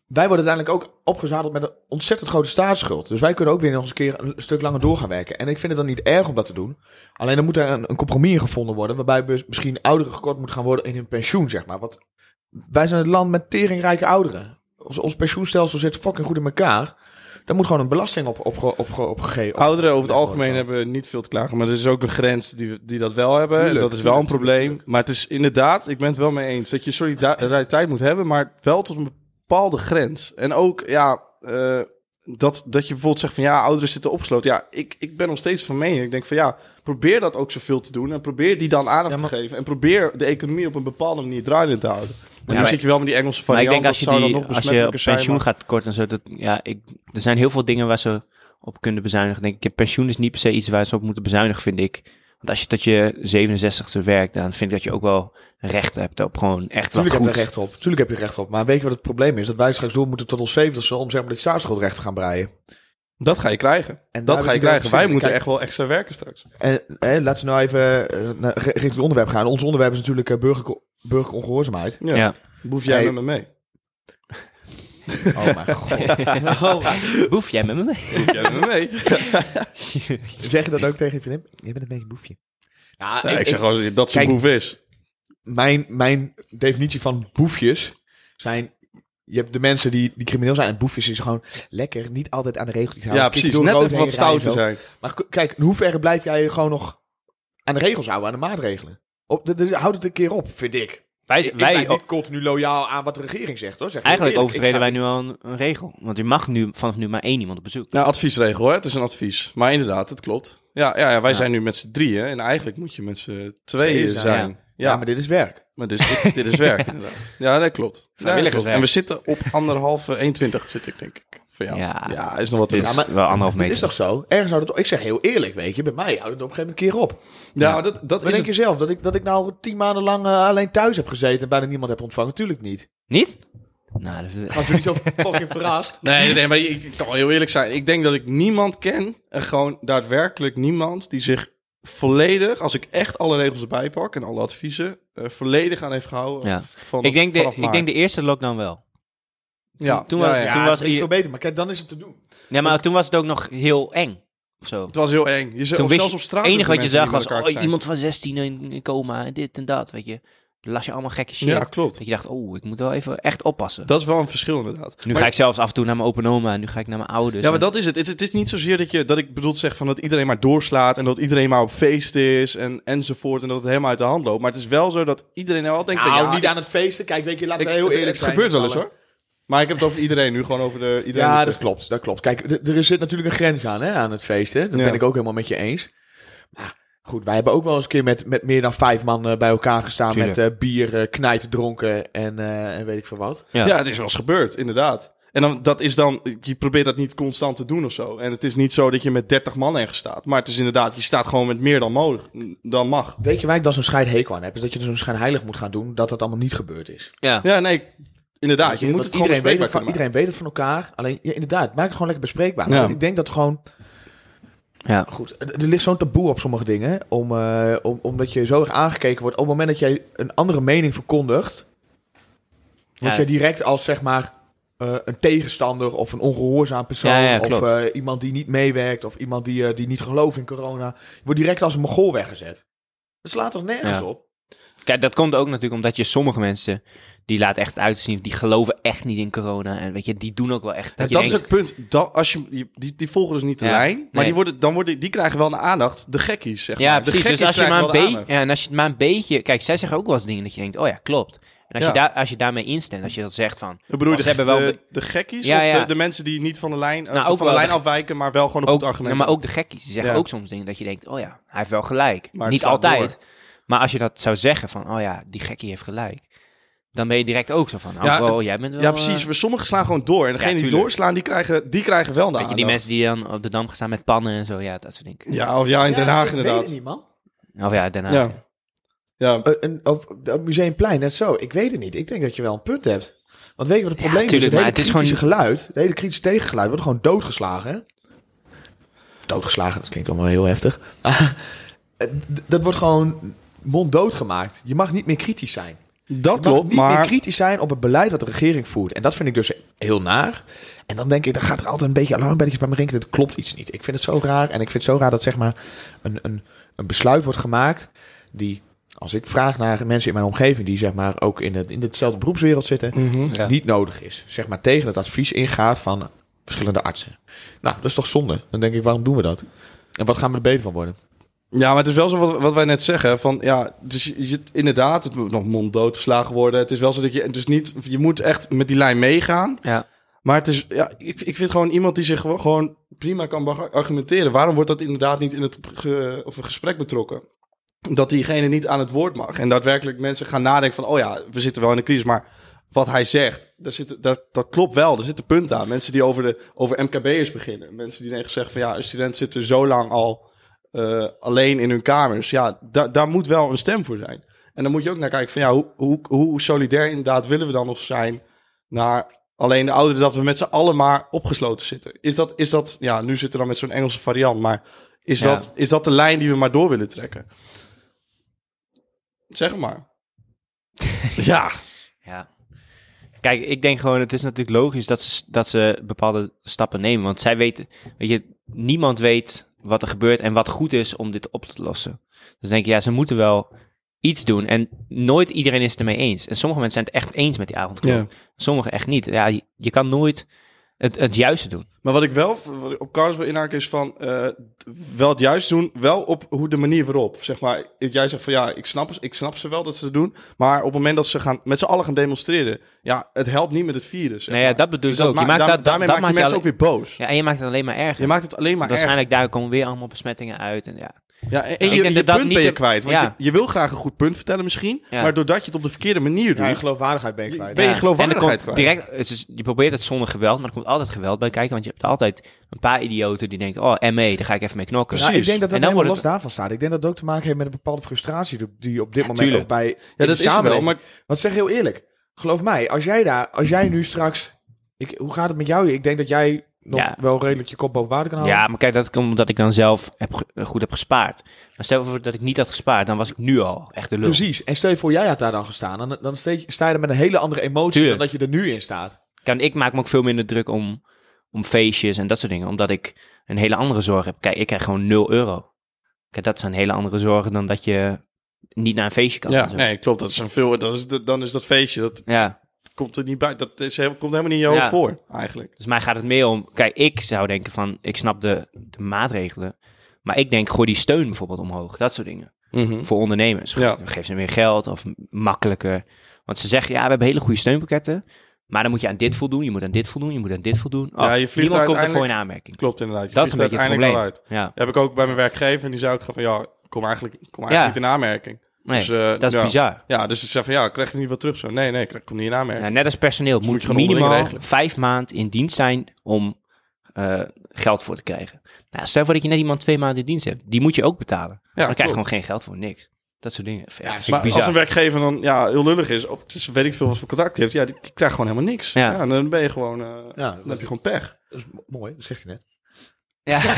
Speaker 3: Wij worden uiteindelijk ook opgezadeld met een ontzettend grote staatsschuld. Dus wij kunnen ook weer nog eens een keer een stuk langer door gaan werken. En ik vind het dan niet erg om dat te doen. Alleen dan moet er een, een compromis in gevonden worden. Waarbij bes- misschien ouderen gekort moet gaan worden in hun pensioen, zeg maar. Want wij zijn het land met teringrijke ouderen. Ons, ons pensioenstelsel zit fucking goed in elkaar. Daar moet gewoon een belasting op, op, op, op, opgegeven
Speaker 1: Ouderen over het
Speaker 3: Ja,
Speaker 1: algemeen
Speaker 3: zo.
Speaker 1: hebben niet veel te klagen. Maar er is ook een grens die, die dat wel hebben.
Speaker 3: Tuurlijk,
Speaker 1: en dat is wel een
Speaker 3: tuurlijk,
Speaker 1: probleem.
Speaker 3: tuurlijk.
Speaker 1: Maar het is inderdaad, ik ben het wel mee eens. Dat je solidariteit moet hebben, maar wel tot een bepaalde grens. En ook, ja, eh, dat, dat je bijvoorbeeld zegt van ja, ouderen zitten opgesloten. Ja, ik, ik ben nog steeds van mening. Ik denk van ja, probeer dat ook zoveel te doen. En probeer die dan aandacht
Speaker 3: Ja, maar-
Speaker 1: te geven. En probeer de economie op een bepaalde manier draaiende te houden. En
Speaker 2: maar-
Speaker 1: dan zit je wel met die Engelse
Speaker 2: Maar ik
Speaker 1: variant.
Speaker 2: denk als je,
Speaker 1: dat zou
Speaker 2: die,
Speaker 1: dan nog
Speaker 2: als je op
Speaker 1: besmettelijker zijn.
Speaker 2: pensioen
Speaker 1: maar-
Speaker 2: gaat kort en zo. Dat, ja, ik, er zijn heel veel dingen waar ze op kunnen bezuinigen. Denk ik, pensioen is niet per se iets waar ze op moeten bezuinigen, vind ik. Want als je tot je 67ste werkt, dan vind ik dat je ook wel recht hebt op gewoon echt wat
Speaker 3: Tuurlijk heb
Speaker 2: goed.
Speaker 3: je recht op. Tuurlijk heb je recht op. Maar weet je wat het probleem is? Dat wij straks door moeten tot ons 70 om zeg maar die staatsschuld recht te gaan breien.
Speaker 1: Dat ga je krijgen.
Speaker 3: En daar
Speaker 1: Dat
Speaker 3: heb
Speaker 1: ga je
Speaker 3: ik wel
Speaker 1: krijten.
Speaker 3: zin in.
Speaker 1: Wij moeten
Speaker 3: Kijk,
Speaker 1: echt wel extra werken straks.
Speaker 3: En hè, laten we nou even eh, naar- ri- richting het onderwerp gaan. Ons onderwerp is natuurlijk eh, burgerko- burgerongehoorzaamheid.
Speaker 1: Ja.
Speaker 2: Ja.
Speaker 1: Boef jij
Speaker 3: Hey.
Speaker 1: met me mee?
Speaker 3: Oh mijn god.
Speaker 2: Boef jij met me mee?
Speaker 1: Boef jij met me mee?
Speaker 3: Zeg je dat ook tegen je vriendin? Je bent een beetje een boefje. Nou,
Speaker 1: Nee, ik, zeg gewoon dat ze
Speaker 3: Kijk.
Speaker 1: boef is.
Speaker 3: mijn, mijn definitie van boefjes zijn... Je hebt de mensen die, die crimineel zijn. En boefjes is gewoon lekker, niet altijd aan de regels
Speaker 1: Ja,
Speaker 3: houden. Een
Speaker 1: precies.
Speaker 3: stukje door
Speaker 1: Net even
Speaker 3: rood heen
Speaker 1: wat
Speaker 3: rijden en
Speaker 1: stout te
Speaker 3: zo.
Speaker 1: zijn.
Speaker 3: Maar k- kijk, in hoeverre blijf jij je gewoon nog aan de regels houden, aan de maatregelen? Op, de, de- houd het een keer op, vind ik.
Speaker 2: Wij,
Speaker 3: Ik, ik
Speaker 2: wij,
Speaker 3: blijf niet continu loyaal aan wat de regering zegt, hoor. Zeg ik
Speaker 2: eigenlijk
Speaker 3: eerlijk. Ik
Speaker 2: overtreden wij
Speaker 3: ga-
Speaker 2: nu al een, een regel. Want je mag nu vanaf nu maar één iemand op bezoek.
Speaker 1: Nou, adviesregel, hè? Het is een advies. Maar inderdaad, het klopt. Ja, ja, ja wij
Speaker 2: Ja.
Speaker 1: zijn nu met z'n drieën. En eigenlijk moet je met z'n
Speaker 3: Tweeën
Speaker 1: tweeën
Speaker 3: zijn,
Speaker 1: zijn. Ja,
Speaker 3: Ja,
Speaker 1: maar,
Speaker 3: maar dit is werk.
Speaker 1: dit, is, dit is werk, inderdaad. Ja, dat klopt. Ja, dat
Speaker 2: Vrijwilligerswerk.
Speaker 1: klopt. En we zitten op anderhalve, 1,20 zit ik, denk ik. Van jou.
Speaker 2: Ja.
Speaker 1: Ja. is nog wat te
Speaker 2: Dit
Speaker 1: doen.
Speaker 2: is
Speaker 3: maar-
Speaker 2: wel anderhalf
Speaker 3: Het
Speaker 2: meter.
Speaker 3: is toch zo? Ergens houdt het op. Ik zeg heel eerlijk, weet je, bij mij houdt het op een gegeven moment een keer op.
Speaker 1: Ja, maar dat, dat
Speaker 3: Wat
Speaker 1: is
Speaker 3: denk
Speaker 1: het.
Speaker 3: je zelf? Dat ik, dat ik nou tien maanden lang eh, alleen thuis heb gezeten en bijna niemand heb ontvangen? Tuurlijk niet.
Speaker 2: Niet? Nou, dat is...
Speaker 3: Als je niet zo fucking verrast.
Speaker 1: Nee, nee, maar ik ik kan wel heel eerlijk zijn. Ik denk dat ik niemand ken, en gewoon daadwerkelijk niemand, die zich volledig, als ik echt alle regels erbij pak en alle adviezen, eh, volledig aan heeft gehouden.
Speaker 2: Ja.
Speaker 1: Van
Speaker 2: ik, denk de,
Speaker 1: vanaf
Speaker 2: ik
Speaker 1: maart.
Speaker 2: denk de eerste lockdown wel.
Speaker 1: ja.
Speaker 2: toen
Speaker 1: ja,
Speaker 2: was-
Speaker 1: ja, ja.
Speaker 3: Ja,
Speaker 2: was
Speaker 3: dat ging
Speaker 2: je-
Speaker 3: veel beter. Maar kijk, dan is het te doen.
Speaker 2: Nee, maar toen was het ook nog heel eng. Of zo.
Speaker 1: Het was heel eng. Je
Speaker 2: Toen
Speaker 1: zelfs
Speaker 2: wist
Speaker 1: zelfs
Speaker 2: je-
Speaker 1: op straat.
Speaker 2: Het enige wat je zag
Speaker 1: zagen
Speaker 2: was oh, iemand van 16 in, in coma en dit en dat, weet je. Dan las je allemaal gekke shit.
Speaker 1: Ja, klopt.
Speaker 2: Dat je dacht, oh, ik moet wel even echt oppassen.
Speaker 1: Dat is wel een verschil inderdaad.
Speaker 2: nu ga ik dus zelfs af en toe naar mijn open oma en nu ga ik naar mijn ouders.
Speaker 1: Ja, maar
Speaker 2: En-
Speaker 1: dat is het. Het is, het is niet zozeer dat, je, dat ik bedoel te zeggen van dat iedereen maar doorslaat en dat iedereen maar op feest is en, enzovoort en dat het helemaal uit de hand loopt. Maar het is wel zo dat iedereen wel denkt
Speaker 3: Nou,
Speaker 1: van ja,
Speaker 3: niet aan het feesten. Kijk, weet je, laten
Speaker 1: ik-
Speaker 3: we heel
Speaker 1: het-
Speaker 3: eerlijk
Speaker 1: het
Speaker 3: zijn.
Speaker 1: gebeurt
Speaker 3: met
Speaker 1: wel eens
Speaker 3: z'n allen.
Speaker 1: hoor. Maar ik heb het over iedereen nu, gewoon over de, iedereen.
Speaker 3: Ja,
Speaker 1: die-
Speaker 3: dat klopt, dat klopt. Kijk, d- er zit natuurlijk een grens aan, hè, aan het feesten. Dat
Speaker 1: Ja.
Speaker 3: ben ik ook helemaal met je eens. Maar goed, wij hebben ook wel eens een keer met, met meer dan vijf man eh, bij elkaar gestaan...
Speaker 2: Tuurlijk.
Speaker 3: met eh, bier, eh, knijten, dronken en, eh, en weet ik veel wat.
Speaker 2: Ja.
Speaker 1: Ja. het is wel eens gebeurd, inderdaad. En dan, dat is dan, je probeert dat niet constant te doen of zo. En het is niet zo dat je met 30 man ergens staat. Maar het is inderdaad, je staat gewoon met meer dan, mogelijk, dan mag.
Speaker 3: Weet je waar ik dan zo'n scheidhekel aan heb? Is dat je er zo'n schijnheilig moet gaan doen dat dat allemaal niet gebeurd is.
Speaker 2: ja.
Speaker 1: Ja, nee, inderdaad. Je moet
Speaker 3: Want
Speaker 1: het gewoon
Speaker 3: iedereen weet
Speaker 1: bespreekbaar
Speaker 3: het,
Speaker 1: kunnen
Speaker 3: van,
Speaker 1: maken.
Speaker 3: iedereen weet het van elkaar. Alleen, ja, inderdaad, maak het gewoon lekker bespreekbaar.
Speaker 1: Ja.
Speaker 3: Maar Ik denk dat gewoon...
Speaker 2: Ja.
Speaker 3: Goed, er er ligt zo'n taboe op sommige dingen. hè, Om, eh, om, omdat je zo erg aangekeken wordt. Op het moment dat jij een andere mening verkondigt... Word
Speaker 2: Ja.
Speaker 3: jij direct als, zeg maar, eh, een tegenstander of een ongehoorzaam persoon...
Speaker 2: Ja, ja,
Speaker 3: of
Speaker 2: klopt.
Speaker 3: eh, iemand die niet meewerkt of iemand die, eh, die niet gelooft in corona. Je wordt direct als een mogol weggezet. Dat slaat toch nergens
Speaker 2: Ja.
Speaker 3: op?
Speaker 2: Kijk, dat komt ook natuurlijk omdat je sommige mensen, die laten echt uitzien, die geloven echt niet in corona. En weet je, die doen ook wel echt.
Speaker 1: Ja,
Speaker 2: Dat,
Speaker 1: dat
Speaker 2: je
Speaker 1: is
Speaker 2: denkt,
Speaker 1: het punt. Dan, als je, je- die, die volgen dus niet de
Speaker 2: Ja,
Speaker 1: lijn. Maar
Speaker 2: nee.
Speaker 1: die, worden, dan worden, die krijgen wel een aandacht. De gekkies, zeg
Speaker 2: Ja,
Speaker 1: maar. De
Speaker 2: precies. Dus
Speaker 1: gekkies
Speaker 2: als je, maar
Speaker 1: krijgen
Speaker 2: een
Speaker 1: wel de
Speaker 2: beetje-
Speaker 1: aandacht.
Speaker 2: ja, en als je het maar een beetje... Kijk, zij zeggen ook wel eens dingen dat je denkt, oh ja, klopt. En als,
Speaker 1: Ja.
Speaker 2: je, daar, als je daarmee instemt, als je dat zegt van...
Speaker 1: Ik bedoel,
Speaker 2: Want
Speaker 1: de,
Speaker 2: ze hebben wel
Speaker 1: de, de gekkies?
Speaker 2: Ja,
Speaker 1: of de-
Speaker 2: ja.
Speaker 1: De, mensen die niet van de lijn, eh,
Speaker 2: Nou,
Speaker 1: van
Speaker 2: ook
Speaker 1: de
Speaker 2: wel
Speaker 1: lijn
Speaker 2: de-
Speaker 1: afwijken, maar wel gewoon een
Speaker 2: Ook,
Speaker 1: goed argument.
Speaker 2: ja, maar
Speaker 1: hebben.
Speaker 2: ook de gekkies, die zeggen
Speaker 1: Ja.
Speaker 2: ook soms dingen dat je denkt, oh ja, hij heeft wel gelijk.
Speaker 1: Maar het
Speaker 2: Niet
Speaker 1: staat
Speaker 2: altijd.
Speaker 1: door.
Speaker 2: Maar als je dat zou zeggen van, oh ja, die gekkie heeft gelijk. Dan ben je direct ook zo van, oh,
Speaker 1: Ja,
Speaker 2: wow, jij bent wel...
Speaker 1: ja,
Speaker 2: eh,
Speaker 1: precies. We Sommigen slaan gewoon door. En degene die
Speaker 2: tuurlijk.
Speaker 1: doorslaan, die krijgen, die krijgen wel de
Speaker 2: weet je,
Speaker 1: aandacht.
Speaker 2: die mensen die dan op de dam gaan staan met pannen en zo, ja, dat soort dingen.
Speaker 1: Ja, of ja, in Den
Speaker 3: Ja,
Speaker 1: Haag
Speaker 3: ik Weet
Speaker 1: inderdaad.
Speaker 3: het niet, man.
Speaker 2: Of ja, daarna.
Speaker 1: Ja. Ja,
Speaker 3: Eh, een- op het museumplein, net zo. Ik weet het niet. Ik denk dat je wel een punt hebt. Want weet je wat het probleem
Speaker 2: tuurlijk,
Speaker 3: is?
Speaker 2: maar
Speaker 3: Het hele
Speaker 2: het is
Speaker 3: kritische geluid, het hele kritische tegengeluid wordt gewoon doodgeslagen. Hè? Of Doodgeslagen, dat klinkt allemaal heel heftig. eh, d- dat wordt gewoon monddood gemaakt. Je mag niet meer kritisch zijn.
Speaker 1: Dat
Speaker 3: Je mag
Speaker 1: klopt,
Speaker 3: niet meer
Speaker 1: maar...
Speaker 3: kritisch zijn op het beleid dat de regering voert. En dat vind ik dus heel naar. En dan denk ik, dan gaat er altijd een beetje alarmbelletjes bij me rinkelen. Dat klopt iets niet. Ik vind het zo raar. En ik vind het zo raar dat zeg maar een, een, een besluit wordt gemaakt die... Als ik vraag naar mensen in mijn omgeving die zeg maar ook in, het, in hetzelfde beroepswereld zitten,
Speaker 1: Mhm.
Speaker 2: Ja.
Speaker 3: niet nodig is. Zeg maar tegen het advies ingaat van verschillende artsen. Nou, dat is toch zonde? Dan denk ik, waarom doen we dat? En wat gaan we er beter van worden?
Speaker 1: Ja, maar het is wel zo wat, wat wij net zeggen. Van, ja, dus je, je- inderdaad, het moet nog monddood geslagen worden. Het is wel zo dat je... Het is niet, je moet echt met die lijn meegaan.
Speaker 2: Ja.
Speaker 1: Maar het is, ja, ik, ik vind gewoon iemand die zich gewoon- gewoon prima kan beg- argumenteren. Waarom wordt dat inderdaad niet in het ge- of een gesprek betrokken? Dat diegene niet aan het woord mag. En daadwerkelijk mensen gaan nadenken van... oh ja, we zitten wel in een crisis, maar wat hij zegt... Daar zit, dat, dat klopt wel, er zitten punten aan. Mensen die over, de, over MKB'ers beginnen. Mensen die tegen zeggen van... ja, een student zit er zo lang al eh, alleen in hun kamers. Ja, da, daar moet wel een stem voor zijn. En dan moet je ook naar kijken van... ja, hoe, hoe, hoe solidair inderdaad willen we dan nog zijn... naar Alleen de ouderen dat we met z'n allen maar opgesloten zitten. Is dat, is dat ja, nu zitten we dan met zo'n Engelse variant, maar is,
Speaker 2: Ja.
Speaker 1: dat, is dat de lijn die we maar door willen trekken? Zeg het maar. ja,
Speaker 2: Ja. Kijk, ik denk gewoon, het is natuurlijk logisch dat ze, dat ze bepaalde stappen nemen. Want zij weten, weet je, niemand weet wat er gebeurt en wat goed is om dit op te lossen. Dus dan denk ik, ja, ze moeten wel iets doen. En nooit iedereen is het ermee eens. En sommige mensen zijn het echt eens met die avondklok.
Speaker 1: Ja.
Speaker 2: Sommigen echt niet. Ja, je, je kan nooit het, het juiste doen.
Speaker 1: maar wat ik wel v- wat ik op Carlos wil inhaken is van eh, t- wel het juist doen, wel op hoe de manier waarop. Zeg maar, ik- jij zegt van ja, ik snap, ik snap ze wel dat ze het doen, maar op het moment dat ze gaan, met z'n allen gaan demonstreren, ja, het helpt niet met het virus. zeg
Speaker 2: Nou ja,
Speaker 1: maar.
Speaker 2: dat bedoel
Speaker 1: Dus
Speaker 2: ik ook.
Speaker 1: maakt-
Speaker 2: je maakt
Speaker 1: daar-
Speaker 2: dat,
Speaker 1: daarmee
Speaker 2: dat
Speaker 1: maak je mensen ook
Speaker 2: alleen-
Speaker 1: weer boos.
Speaker 2: Ja, en je maakt het alleen maar erger.
Speaker 1: Je maakt het alleen maar erger.
Speaker 2: Waarschijnlijk daar komen weer allemaal besmettingen uit. En ja,
Speaker 1: Ja, en, en
Speaker 2: Nou, ik
Speaker 1: je,
Speaker 2: denk
Speaker 1: je
Speaker 2: dat dat
Speaker 1: punt
Speaker 2: niet
Speaker 1: ben je
Speaker 2: het-
Speaker 1: kwijt. Want
Speaker 2: ja.
Speaker 1: je, je wil graag een goed punt vertellen misschien.
Speaker 2: Ja.
Speaker 1: Maar doordat je het op de verkeerde manier doet.
Speaker 3: Ja, geloofwaardigheid ben je
Speaker 1: kwijt.
Speaker 3: kwijt.
Speaker 1: Ben je
Speaker 2: Ja,
Speaker 1: geloofwaardigheid
Speaker 2: en er komt
Speaker 1: kwijt.
Speaker 2: direct, het is- Je probeert het zonder geweld, maar er komt altijd geweld bij kijken. Want je hebt altijd een paar idioten die denken, oh, ME, daar ga ik even mee knokken.
Speaker 1: Precies.
Speaker 3: Nou, ik denk
Speaker 2: En
Speaker 3: dat dat
Speaker 2: dan
Speaker 3: helemaal
Speaker 2: wordt
Speaker 3: los
Speaker 2: het-
Speaker 3: daarvan staat. Ik denk dat het ook te maken heeft met een bepaalde frustratie die- die op
Speaker 2: Ja,
Speaker 3: dit moment
Speaker 2: tuurlijk.
Speaker 3: ook bij in
Speaker 1: Ja,
Speaker 3: de
Speaker 1: dat is er wel.
Speaker 3: samenleving-
Speaker 1: Maar
Speaker 3: Want zeg heel eerlijk, geloof mij, als jij daar, als jij nu straks, ik, hoe gaat het met jou? Ik denk dat jij nog
Speaker 2: Ja.
Speaker 3: wel redelijk je kop boven water kan houden.
Speaker 2: Ja, maar kijk, dat komt omdat ik dan zelf heb, ge- eh, goed heb gespaard. Maar stel voor dat ik niet had gespaard, dan was ik nu al echt de lul.
Speaker 3: Precies. En stel je voor, jij had daar dan gestaan. Dan, dan steek- sta je er met een hele andere emotie
Speaker 2: Tuurlijk.
Speaker 3: dan dat je er nu in staat.
Speaker 2: Kijk, ik maak me ook veel minder druk om, om feestjes en dat soort dingen. Omdat ik een hele andere zorg heb. Kijk, ik krijg gewoon 0 euro. Kijk, dat zijn hele andere zorgen dan dat je niet naar een feestje kan.
Speaker 1: ja,
Speaker 2: en zo.
Speaker 1: nee, klopt. Dat is een veel, dat is, de- dan is dat feestje, dat
Speaker 2: ja.
Speaker 1: komt er niet bij. Dat is, heel- komt helemaal niet in je hoofd
Speaker 2: Ja.
Speaker 1: voor, eigenlijk.
Speaker 2: Dus mij gaat het meer om. Kijk, ik zou denken van ik snap de, de maatregelen. Maar ik denk, gooi die steun bijvoorbeeld omhoog. Dat soort dingen. Voor ondernemers.
Speaker 1: Hm. Ja.
Speaker 2: Geef ze meer geld of m- makkelijker. Want ze zeggen, ja, we hebben hele goede steunpakketten. Maar dan moet je aan dit voldoen, je moet aan dit voldoen, je moet aan dit voldoen. Oh,
Speaker 1: Ja, je vliegt
Speaker 2: niemand komt
Speaker 1: uiteindelijk-
Speaker 2: ervoor in aanmerking.
Speaker 1: Klopt inderdaad. Je
Speaker 2: Dat is een
Speaker 1: vliegt
Speaker 2: beetje het
Speaker 1: uiteindelijk
Speaker 2: probleem.
Speaker 1: wel uit.
Speaker 2: Ja,
Speaker 1: Dat heb ik ook bij mijn werkgever. En die zei ook gewoon van, ja, kom eigenlijk, kom eigenlijk
Speaker 2: Ja.
Speaker 1: niet in aanmerking.
Speaker 2: nee,
Speaker 1: Dus, eh,
Speaker 2: dat is
Speaker 1: ja.
Speaker 2: bizar.
Speaker 1: Ja, dus ik zei van, ja, krijg je niet wat terug zo? Nee, nee, ik kom niet in aanmerking.
Speaker 2: Ja, Nou, net als personeel moet,
Speaker 1: Dus moet je gewoon onderling
Speaker 2: minimaal
Speaker 1: regelen.
Speaker 2: vijf maand in dienst zijn om eh, geld voor te krijgen. Nou, stel voor dat je net iemand twee maanden in dienst hebt. Die moet je ook
Speaker 1: Ja,
Speaker 2: betalen. dan krijg je
Speaker 1: klopt.
Speaker 2: gewoon geen geld voor, niks. Dat soort dingen. Ja, vind ik
Speaker 1: Maar
Speaker 2: bizar.
Speaker 1: als een werkgever dan ja, heel lullig is, of het is, weet ik veel wat voor contact heeft, ja, die, die krijgt gewoon helemaal niks.
Speaker 2: Ja.
Speaker 1: Ja. en dan ben je gewoon, eh,
Speaker 3: Ja,
Speaker 1: dan heb je gewoon pech.
Speaker 3: Dat is mooi, dat zegt hij net.
Speaker 2: Ja. ja, maar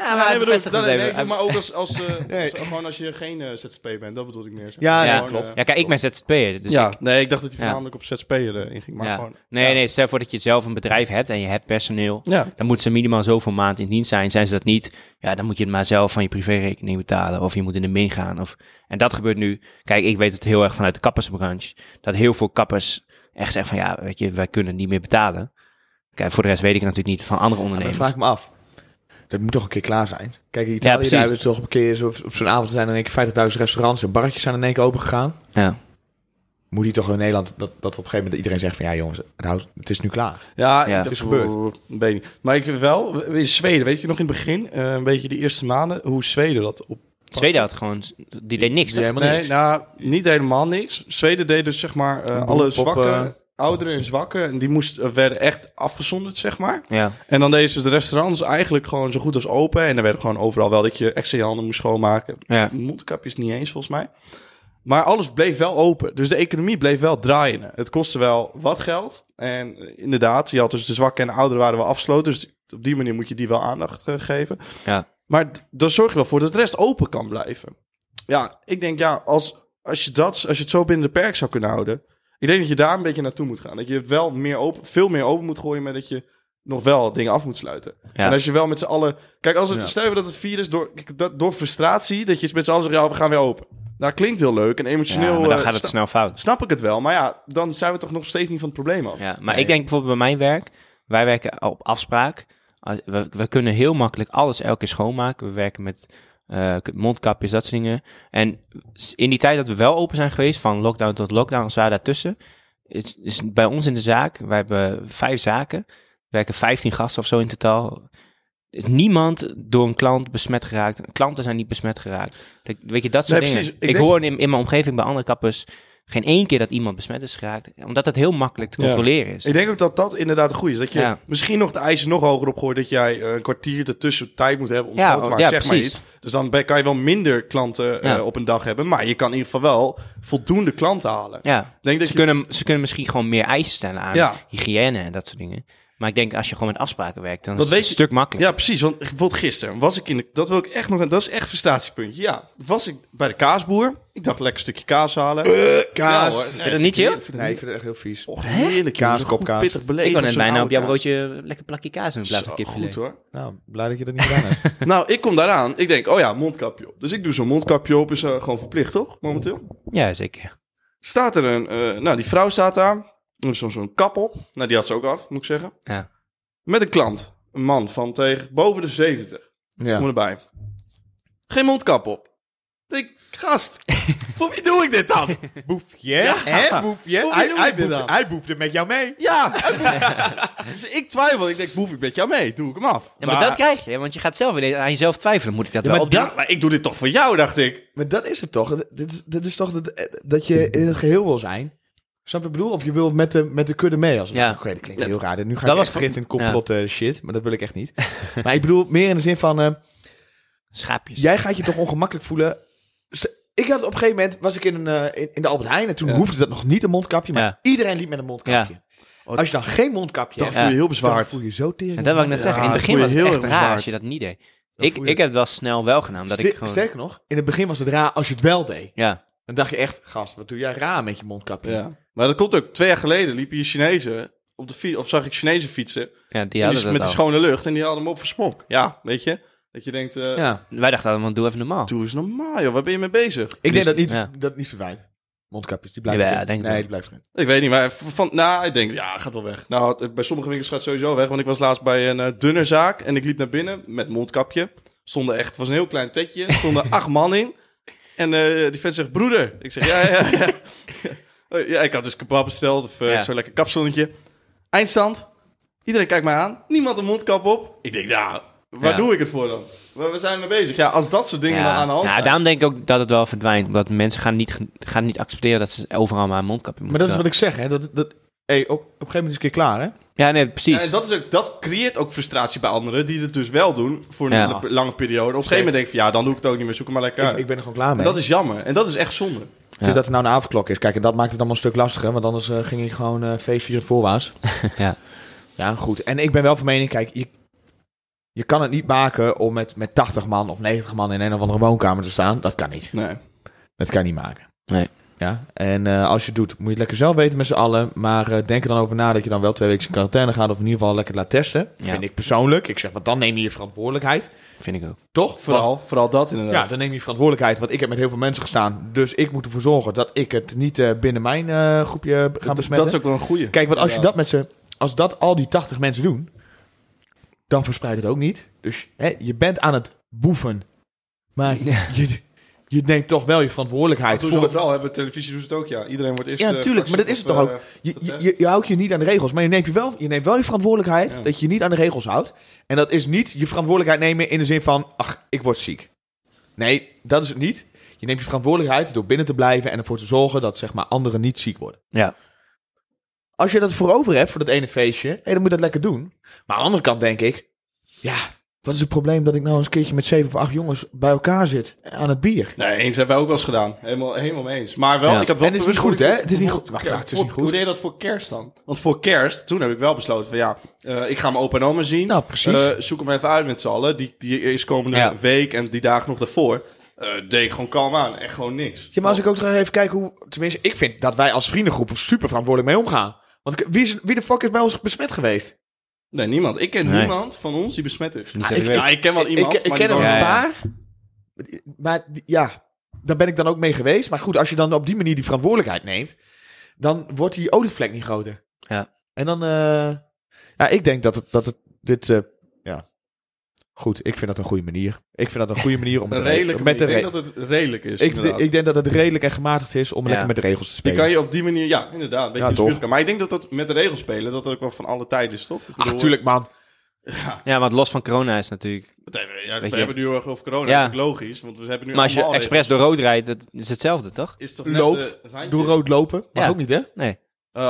Speaker 1: Nee,
Speaker 2: hij
Speaker 1: bedoel,
Speaker 2: bevestigt
Speaker 1: dan-
Speaker 2: het even.
Speaker 1: nee, maar ook als, als, eh,
Speaker 3: Nee.
Speaker 1: als- gewoon als je geen eh, ZZP bent, dat bedoel ik meer. zeg.
Speaker 3: Ja,
Speaker 2: Ja,
Speaker 1: Gewoon,
Speaker 3: klopt.
Speaker 1: eh,
Speaker 2: Ja, kijk, ik ben ZZP'er. Dus
Speaker 1: ja,
Speaker 2: ik-
Speaker 1: nee, ik dacht dat hij
Speaker 2: Ja.
Speaker 1: voornamelijk op ZZP'er eh, inging, maar
Speaker 2: ja.
Speaker 1: gewoon...
Speaker 2: nee,
Speaker 1: ja.
Speaker 2: nee, stel voor dat je zelf een bedrijf hebt en je hebt personeel.
Speaker 1: Ja,
Speaker 2: Dan moeten ze minimaal zoveel maand in dienst zijn. Zijn ze dat niet, ja, dan moet je het maar zelf van je privérekening betalen. Of je moet in de min gaan. Of... En dat gebeurt nu. Kijk, ik weet het heel erg vanuit de kappersbranche. Dat heel veel kappers echt zeggen van, ja, weet je, wij kunnen het niet meer betalen. Kijk, voor de rest weet ik natuurlijk niet van andere
Speaker 3: Maar dan
Speaker 2: ondernemers.
Speaker 3: vraag ik me af. Dat moet toch een keer klaar zijn? Kijk, in
Speaker 2: Ja,
Speaker 3: Italië
Speaker 2: precies.
Speaker 3: daar hebben ze toch een keer zo op, op zo'n avond zijn er in één keer 50.000 restaurants en barretjes zijn in één keer open gegaan.
Speaker 2: Ja.
Speaker 3: Moet die toch in Nederland dat, dat op een gegeven moment iedereen zegt van ja jongens, het, houdt, het is nu klaar.
Speaker 1: ja,
Speaker 2: Ja.
Speaker 1: het is gebeurd. Weet niet. Maar ik vind wel, in Zweden, weet je nog in het begin, eh, een beetje die eerste maanden, hoe Zweden dat op...
Speaker 2: Zweden had gewoon, die deed niks.
Speaker 3: Die
Speaker 2: toch?
Speaker 3: helemaal
Speaker 1: nee,
Speaker 3: niks.
Speaker 1: nou, niet helemaal niks. Zweden deed dus zeg maar eh,
Speaker 3: Een
Speaker 1: alle
Speaker 3: beroep op,
Speaker 1: zwakken,
Speaker 3: eh,
Speaker 1: ouderen en zwakken, en die moest, eh, werden echt afgezonderd, zeg maar.
Speaker 2: Ja.
Speaker 1: En dan deden ze de restaurants eigenlijk gewoon zo goed als open. En er werden gewoon overal wel dat je extra je handen moest schoonmaken.
Speaker 2: Ja.
Speaker 1: Mondkapjes niet eens, volgens mij. Maar alles bleef wel open. Dus de economie bleef wel draaien. Het kostte wel wat geld. En eh, inderdaad, je had dus de zwakken en de ouderen waren wel afgesloten. Dus op die manier moet je die wel aandacht eh, geven.
Speaker 2: Ja.
Speaker 1: Maar d- daar zorg je wel voor dat de rest open kan blijven. Ja, ik denk ja, als, als, je, dat, als je het zo binnen de perk zou kunnen houden. Ik denk dat je daar een beetje naartoe moet gaan. Dat je wel meer open, veel meer open moet gooien, maar dat je nog wel dingen af moet sluiten.
Speaker 2: Ja.
Speaker 1: En als je wel met z'n allen... Kijk, als het,
Speaker 3: Ja.
Speaker 1: stel je voor dat het virus door, kijk, dat, door frustratie... dat je met z'n allen zegt, ja, we gaan weer open. Nou, klinkt heel leuk en emotioneel...
Speaker 2: Ja, maar dan
Speaker 1: eh,
Speaker 2: gaat het
Speaker 1: sta-
Speaker 2: snel fout.
Speaker 1: Snap ik het wel, maar ja, dan zijn we toch nog steeds niet van het probleem af.
Speaker 2: Ja, maar
Speaker 3: Nee.
Speaker 2: ik denk bijvoorbeeld bij mijn werk, wij werken op afspraak. Als- We, we kunnen heel makkelijk alles elke keer schoonmaken. We werken met eh, mondkapjes, dat soort dingen. En s- in die tijd dat we wel open zijn geweest, van lockdown tot lockdown, als we daartussen, is, is bij ons in de zaak, wij hebben vijf zaken, werken 15 gasten of zo in totaal. Is Niemand door een klant besmet geraakt. Klanten zijn niet besmet geraakt. Dat- Weet je, dat soort
Speaker 1: Nee,
Speaker 2: dingen.
Speaker 1: precies. Ik
Speaker 2: Ik,
Speaker 1: denk-
Speaker 2: hoor in, in mijn omgeving bij andere kappers geen één keer dat iemand besmet is geraakt. Omdat dat heel makkelijk te
Speaker 1: Ja.
Speaker 2: controleren is.
Speaker 1: Ik denk ook dat dat inderdaad goed is. Dat je
Speaker 2: Ja.
Speaker 1: misschien nog de eisen nog hoger opgooit... dat jij eh, een kwartier ertussen tijd moet hebben om
Speaker 2: Ja, oh,
Speaker 1: schoon te maken,
Speaker 2: ja,
Speaker 1: zeg
Speaker 2: precies.
Speaker 1: maar iets. Dus dan ben- kan je wel minder klanten eh,
Speaker 2: Ja.
Speaker 1: op een dag hebben... maar je kan in ieder geval wel voldoende klanten halen. Ik
Speaker 2: Ja,
Speaker 1: Denk dat
Speaker 2: ze
Speaker 1: je het-
Speaker 2: kunnen, ze kunnen misschien gewoon meer eisen stellen aan
Speaker 1: Ja.
Speaker 2: hygiëne en dat soort dingen. Maar ik denk, als je gewoon met afspraken werkt, dan
Speaker 1: Dat
Speaker 2: is het
Speaker 1: weet
Speaker 2: een
Speaker 1: je-
Speaker 2: stuk makkelijker.
Speaker 1: Ja, precies. Want bijvoorbeeld gisteren was ik in de... Dat wil ik echt nog... Dat is echt een frustratiepuntje. Ja, was ik bij de kaasboer. Ik dacht, lekker stukje kaas halen.
Speaker 3: Kaas.
Speaker 1: Ja, hoor.
Speaker 2: Eh, Vind je dat niet chill?
Speaker 3: Eh, nee, ik vind het echt heel vies.
Speaker 1: Och, heerlijk.
Speaker 3: Kaas,
Speaker 1: jongens. Een goed
Speaker 3: kopkaas.
Speaker 1: Pittig beleefd.
Speaker 2: Ik kan
Speaker 1: met
Speaker 2: net
Speaker 1: zo'n
Speaker 2: bijna op
Speaker 1: oude
Speaker 2: jouw
Speaker 1: kaas.
Speaker 2: broodje lekker plakje kaas in plaats van
Speaker 1: Zo,
Speaker 2: kipfilet.
Speaker 1: Goed hoor.
Speaker 3: Nou, blij dat je dat niet gedaan hebt.
Speaker 1: Nou, ik kom daaraan. Ik denk, oh ja, mondkapje op. Dus ik doe zo'n mondkapje op. Is eh, gewoon verplicht, toch? Momenteel.
Speaker 2: Ja, zeker.
Speaker 1: Staat er een... eh, nou, die vrouw staat daar. Er is zo'n zo'n kap op. Nou, die had ze ook af, moet ik zeggen.
Speaker 2: Ja.
Speaker 1: Met een klant. Een man van tegen boven de 70.
Speaker 3: Ja.
Speaker 1: Kom erbij. Geen mondkap op. Ik denk, gast, voor wie doe ik dit dan?
Speaker 3: Boefje?
Speaker 1: Ja.
Speaker 3: Hè, boefje?
Speaker 1: Hoe
Speaker 3: Hij,
Speaker 1: doen we
Speaker 3: hij,
Speaker 1: dit
Speaker 3: boefde,
Speaker 1: dan?
Speaker 3: hij boefde met jou mee.
Speaker 1: Ja! dus ik twijfel. Ik denk, boef ik met jou mee? Doe ik hem af.
Speaker 2: Ja, maar, dat krijg je, want je gaat zelf ineens aan jezelf twijfelen. Moet ik dat
Speaker 3: Ja,
Speaker 2: wel
Speaker 3: maar
Speaker 2: opdoen?
Speaker 1: Ja, maar ik doe dit toch voor jou, dacht ik.
Speaker 3: Maar dat is het toch? Dat- Dit is, dit is toch dat, eh, dat je in het geheel wil zijn? Snap je wat ik bedoel? Of je wil met de, met de kudde mee. Als het
Speaker 2: Ja.
Speaker 3: Oké, dat klinkt heel raar. Nu ga
Speaker 2: Dat was
Speaker 3: ik echt
Speaker 2: voor-
Speaker 3: vergeten in complot eh, shit. Maar dat wil ik echt niet. maar ik bedoel meer in de zin van... eh,
Speaker 2: Schaapjes.
Speaker 3: jij gaat je toch ongemakkelijk voelen. S- Ik had op een gegeven moment, was ik in, een, eh, in, in de Albert Heijn en toen
Speaker 1: Ja.
Speaker 3: hoefde dat nog niet een mondkapje, maar
Speaker 2: Ja.
Speaker 3: iedereen liep met een mondkapje. Als je dan geen mondkapje
Speaker 1: Dat
Speaker 3: hebt,
Speaker 1: voel je heel
Speaker 3: dan
Speaker 1: bezwaard.
Speaker 3: voel je zo tering.
Speaker 2: En dat wil ik net
Speaker 1: Ja,
Speaker 2: zeggen. In het
Speaker 1: dat
Speaker 2: begin
Speaker 1: voel je
Speaker 2: was het
Speaker 1: heel
Speaker 2: echt
Speaker 1: erg
Speaker 2: raar
Speaker 1: waard.
Speaker 2: als je dat niet deed.
Speaker 3: Dat
Speaker 2: Ik,
Speaker 3: voel je-
Speaker 2: ik heb het wel snel wel gedaan, omdat
Speaker 3: Ster-
Speaker 2: ik gewoon...
Speaker 3: Sterker nog, in het begin was het raar als je het wel deed.
Speaker 2: Ja,
Speaker 3: Dan dacht je echt, gast, wat doe jij raar met je mondkapje?
Speaker 1: Ja. Maar dat komt ook. Twee jaar geleden liepen hier Chinezen op de fiets, of zag ik Chinezen fietsen.
Speaker 2: ja die
Speaker 1: en die-
Speaker 2: hadden dat
Speaker 1: met de
Speaker 2: al.
Speaker 1: schone lucht en die hadden hem op voor smok. Ja, weet je? Dat je denkt, eh
Speaker 3: Ja.
Speaker 2: Wij dachten allemaal, doe even normaal.
Speaker 1: doe eens normaal joh, waar ben je mee bezig?
Speaker 3: Ik denk dat niet,
Speaker 2: Dus- Ja.
Speaker 3: dat het niet verdwijnt. Mondkapjes, die blijven
Speaker 2: Ja,
Speaker 3: erin.
Speaker 2: denk het
Speaker 3: Nee,
Speaker 2: wel.
Speaker 3: die blijven erin.
Speaker 1: Ik weet niet, maar van, nou, ik denk, ja, gaat wel weg. Nou, het- bij sommige winkels gaat het sowieso weg, want ik was laatst bij een eh, dunner dunnerzaak en ik liep naar binnen met mondkapje. Stonden echt, het was een heel klein tetje, er stonden acht man in. En eh, die vent zegt, broeder. Ik zeg, ja, ja, ja. Eh, ja ik had dus kebab besteld of eh,
Speaker 2: Ja.
Speaker 1: zo'n lekker kapsalonnetje. Eindstand, iedereen kijkt mij aan, niemand een mondkap op. Ik denk, nou, waar
Speaker 2: Ja.
Speaker 1: doe ik het voor dan? Waar, waar zijn we mee bezig? Ja, als dat soort dingen dan aan de hand
Speaker 2: ja, Nou,
Speaker 1: zijn.
Speaker 2: daarom denk ik ook dat het wel verdwijnt. Omdat mensen gaan niet, ge- gaan niet accepteren dat ze overal maar een mondkapje
Speaker 3: Maar
Speaker 2: moeten
Speaker 3: dat is wat ik zeg, hè. Dat, dat, hey, op, op een gegeven moment is het een keer klaar, hè.
Speaker 2: Ja, nee, precies.
Speaker 1: Ja, en dat, is ook, dat creëert ook frustratie bij anderen die het dus wel doen voor een
Speaker 2: Ja.
Speaker 1: le- lange periode. Op een gegeven moment denk ik van ja, dan doe ik het ook niet meer, zoek hem maar lekker
Speaker 3: Ik,
Speaker 1: uit.
Speaker 3: ik ben er gewoon klaar
Speaker 1: En
Speaker 3: mee.
Speaker 1: dat is jammer en dat is echt zonde.
Speaker 3: Dus dat er nou een avondklok is. Kijk, en dat maakt het allemaal een stuk lastiger. Want anders eh, ging ik gewoon eh feestvieren voorwaarts.
Speaker 2: Ja.
Speaker 3: Ja, goed. En ik ben wel van mening, kijk, je, je kan het niet maken om met, met 80 man of 90 man in een of andere woonkamer te staan. Dat kan niet.
Speaker 1: Nee.
Speaker 3: Dat kan je niet maken.
Speaker 2: Nee.
Speaker 3: Ja, en eh, als je het doet, moet je het lekker zelf weten met z'n allen. Maar eh, denk er dan over na dat je dan wel twee weken in quarantaine gaat. Of in ieder geval lekker laat testen.
Speaker 2: Ja.
Speaker 3: Vind ik persoonlijk. Ik zeg, want dan neem je je verantwoordelijkheid.
Speaker 2: Vind ik ook.
Speaker 3: Toch? Want-
Speaker 1: Vooral, vooral dat
Speaker 3: ja,
Speaker 1: inderdaad.
Speaker 3: dan neem je verantwoordelijkheid. Want ik heb met heel veel mensen gestaan. Dus ik moet ervoor zorgen dat ik het niet eh, binnen mijn eh, groepje ga
Speaker 1: dat,
Speaker 3: besmetten.
Speaker 1: dat is ook wel een goeie.
Speaker 3: Kijk, want als je
Speaker 1: Inderdaad.
Speaker 3: dat met ze, als dat al die 80 mensen doen, dan verspreidt het ook niet. Dus hè, je bent aan het boeven. Maar je, je neemt toch wel je verantwoordelijkheid.
Speaker 1: Dat doen ze
Speaker 3: voor het-
Speaker 1: overal, hebben televisie doen ze het ook, ja. Iedereen wordt eerst...
Speaker 3: Ja,
Speaker 1: eh,
Speaker 3: tuurlijk, maar dat is
Speaker 1: vaccin
Speaker 3: het toch
Speaker 1: of,
Speaker 3: ook.
Speaker 1: eh,
Speaker 3: Je, je,
Speaker 1: getest.
Speaker 3: je- je houdt je niet aan de regels, maar je neemt, je wel, je neemt wel je verantwoordelijkheid
Speaker 1: Ja.
Speaker 3: dat je je niet aan de regels houdt. En dat is niet je verantwoordelijkheid nemen in de zin van, ach, ik word ziek. Nee, dat is het niet. Je neemt je verantwoordelijkheid door binnen te blijven en ervoor te zorgen dat zeg maar, anderen niet ziek worden.
Speaker 2: Ja.
Speaker 3: Als je dat voorover hebt voor dat ene feestje, hé, dan moet je dat lekker doen. Maar aan de andere kant denk ik, ja, Wat is het probleem dat ik nou eens een keertje met zeven of acht jongens bij elkaar zit aan het bier?
Speaker 1: Nee, eens hebben wij ook wel eens gedaan. Helemaal, helemaal mee eens. Maar wel,
Speaker 2: Ja.
Speaker 1: ik heb wel
Speaker 3: En het is
Speaker 1: bewust
Speaker 3: niet goed,
Speaker 1: voor-
Speaker 3: hè? Het is niet
Speaker 1: voor-
Speaker 3: goed. Wacht, wacht, het is niet goed.
Speaker 1: Hoe deed je dat voor kerst dan? Want voor kerst, toen heb ik wel besloten van ja, eh, ik ga mijn opa en oma zien.
Speaker 3: Nou, precies.
Speaker 1: Eh, zoek hem even uit met z'n allen. Die, die is komende
Speaker 2: Ja.
Speaker 1: week en die dagen nog daarvoor. Eh, deed ik gewoon kalm aan. Echt gewoon niks.
Speaker 3: Ja, maar als ik ook nog even kijk hoe... Tenminste, ik vind dat wij als vriendengroep er super verantwoordelijk mee omgaan. Want ik- wie, is, wie de fuck is bij ons besmet geweest?
Speaker 1: Nee, niemand. Ik ken
Speaker 2: Nee.
Speaker 1: niemand van ons die besmet is.
Speaker 2: Niet
Speaker 3: Ah,
Speaker 2: dat ik
Speaker 3: ik-
Speaker 2: weet.
Speaker 1: Ja, ik ken wel iemand.
Speaker 3: ik, ik
Speaker 1: maar
Speaker 3: ken
Speaker 1: die
Speaker 3: er een
Speaker 1: woont-
Speaker 2: Ja, ja.
Speaker 3: paar. Maar die- ja, daar ben ik dan ook mee geweest. Maar goed, als je dan op die manier die verantwoordelijkheid neemt... dan wordt die olievlek niet groter.
Speaker 2: Ja.
Speaker 3: En dan... eh, ja, ik denk dat het... Dat het dit, eh, ja. Goed, ik vind dat een goede manier. Ik vind dat een goede manier om...
Speaker 1: Een
Speaker 3: het re-
Speaker 1: redelijke
Speaker 3: met de
Speaker 1: manier.
Speaker 3: re-
Speaker 1: Ik denk dat het redelijk is.
Speaker 3: ik,
Speaker 1: inderdaad.
Speaker 3: ik denk dat het redelijk en gematigd is om
Speaker 2: Ja.
Speaker 3: lekker met de regels te
Speaker 1: Die
Speaker 3: spelen.
Speaker 1: kan je op die manier, ja, inderdaad. Een beetje
Speaker 3: Ja,
Speaker 1: besturen
Speaker 3: toch.
Speaker 1: kan. Maar ik denk dat dat met de regels spelen, dat dat ook wel van alle tijden is, toch? Ik
Speaker 3: Ach,
Speaker 1: bedoel,
Speaker 3: tuurlijk man.
Speaker 2: Ja, want los van corona is natuurlijk...
Speaker 1: het- ja, we
Speaker 2: Weet je.
Speaker 1: hebben het nu heel erg over corona,
Speaker 2: Ja.
Speaker 1: dat is ook logisch. Want we hebben nu
Speaker 2: Maar als je
Speaker 1: allemaal
Speaker 2: expres door rood rijdt, dat is hetzelfde, toch?
Speaker 1: is toch
Speaker 3: Loopt,
Speaker 1: net, eh,
Speaker 3: door
Speaker 1: door
Speaker 3: rood lopen. Mag
Speaker 2: Ja.
Speaker 3: ook niet hè?
Speaker 1: Eh,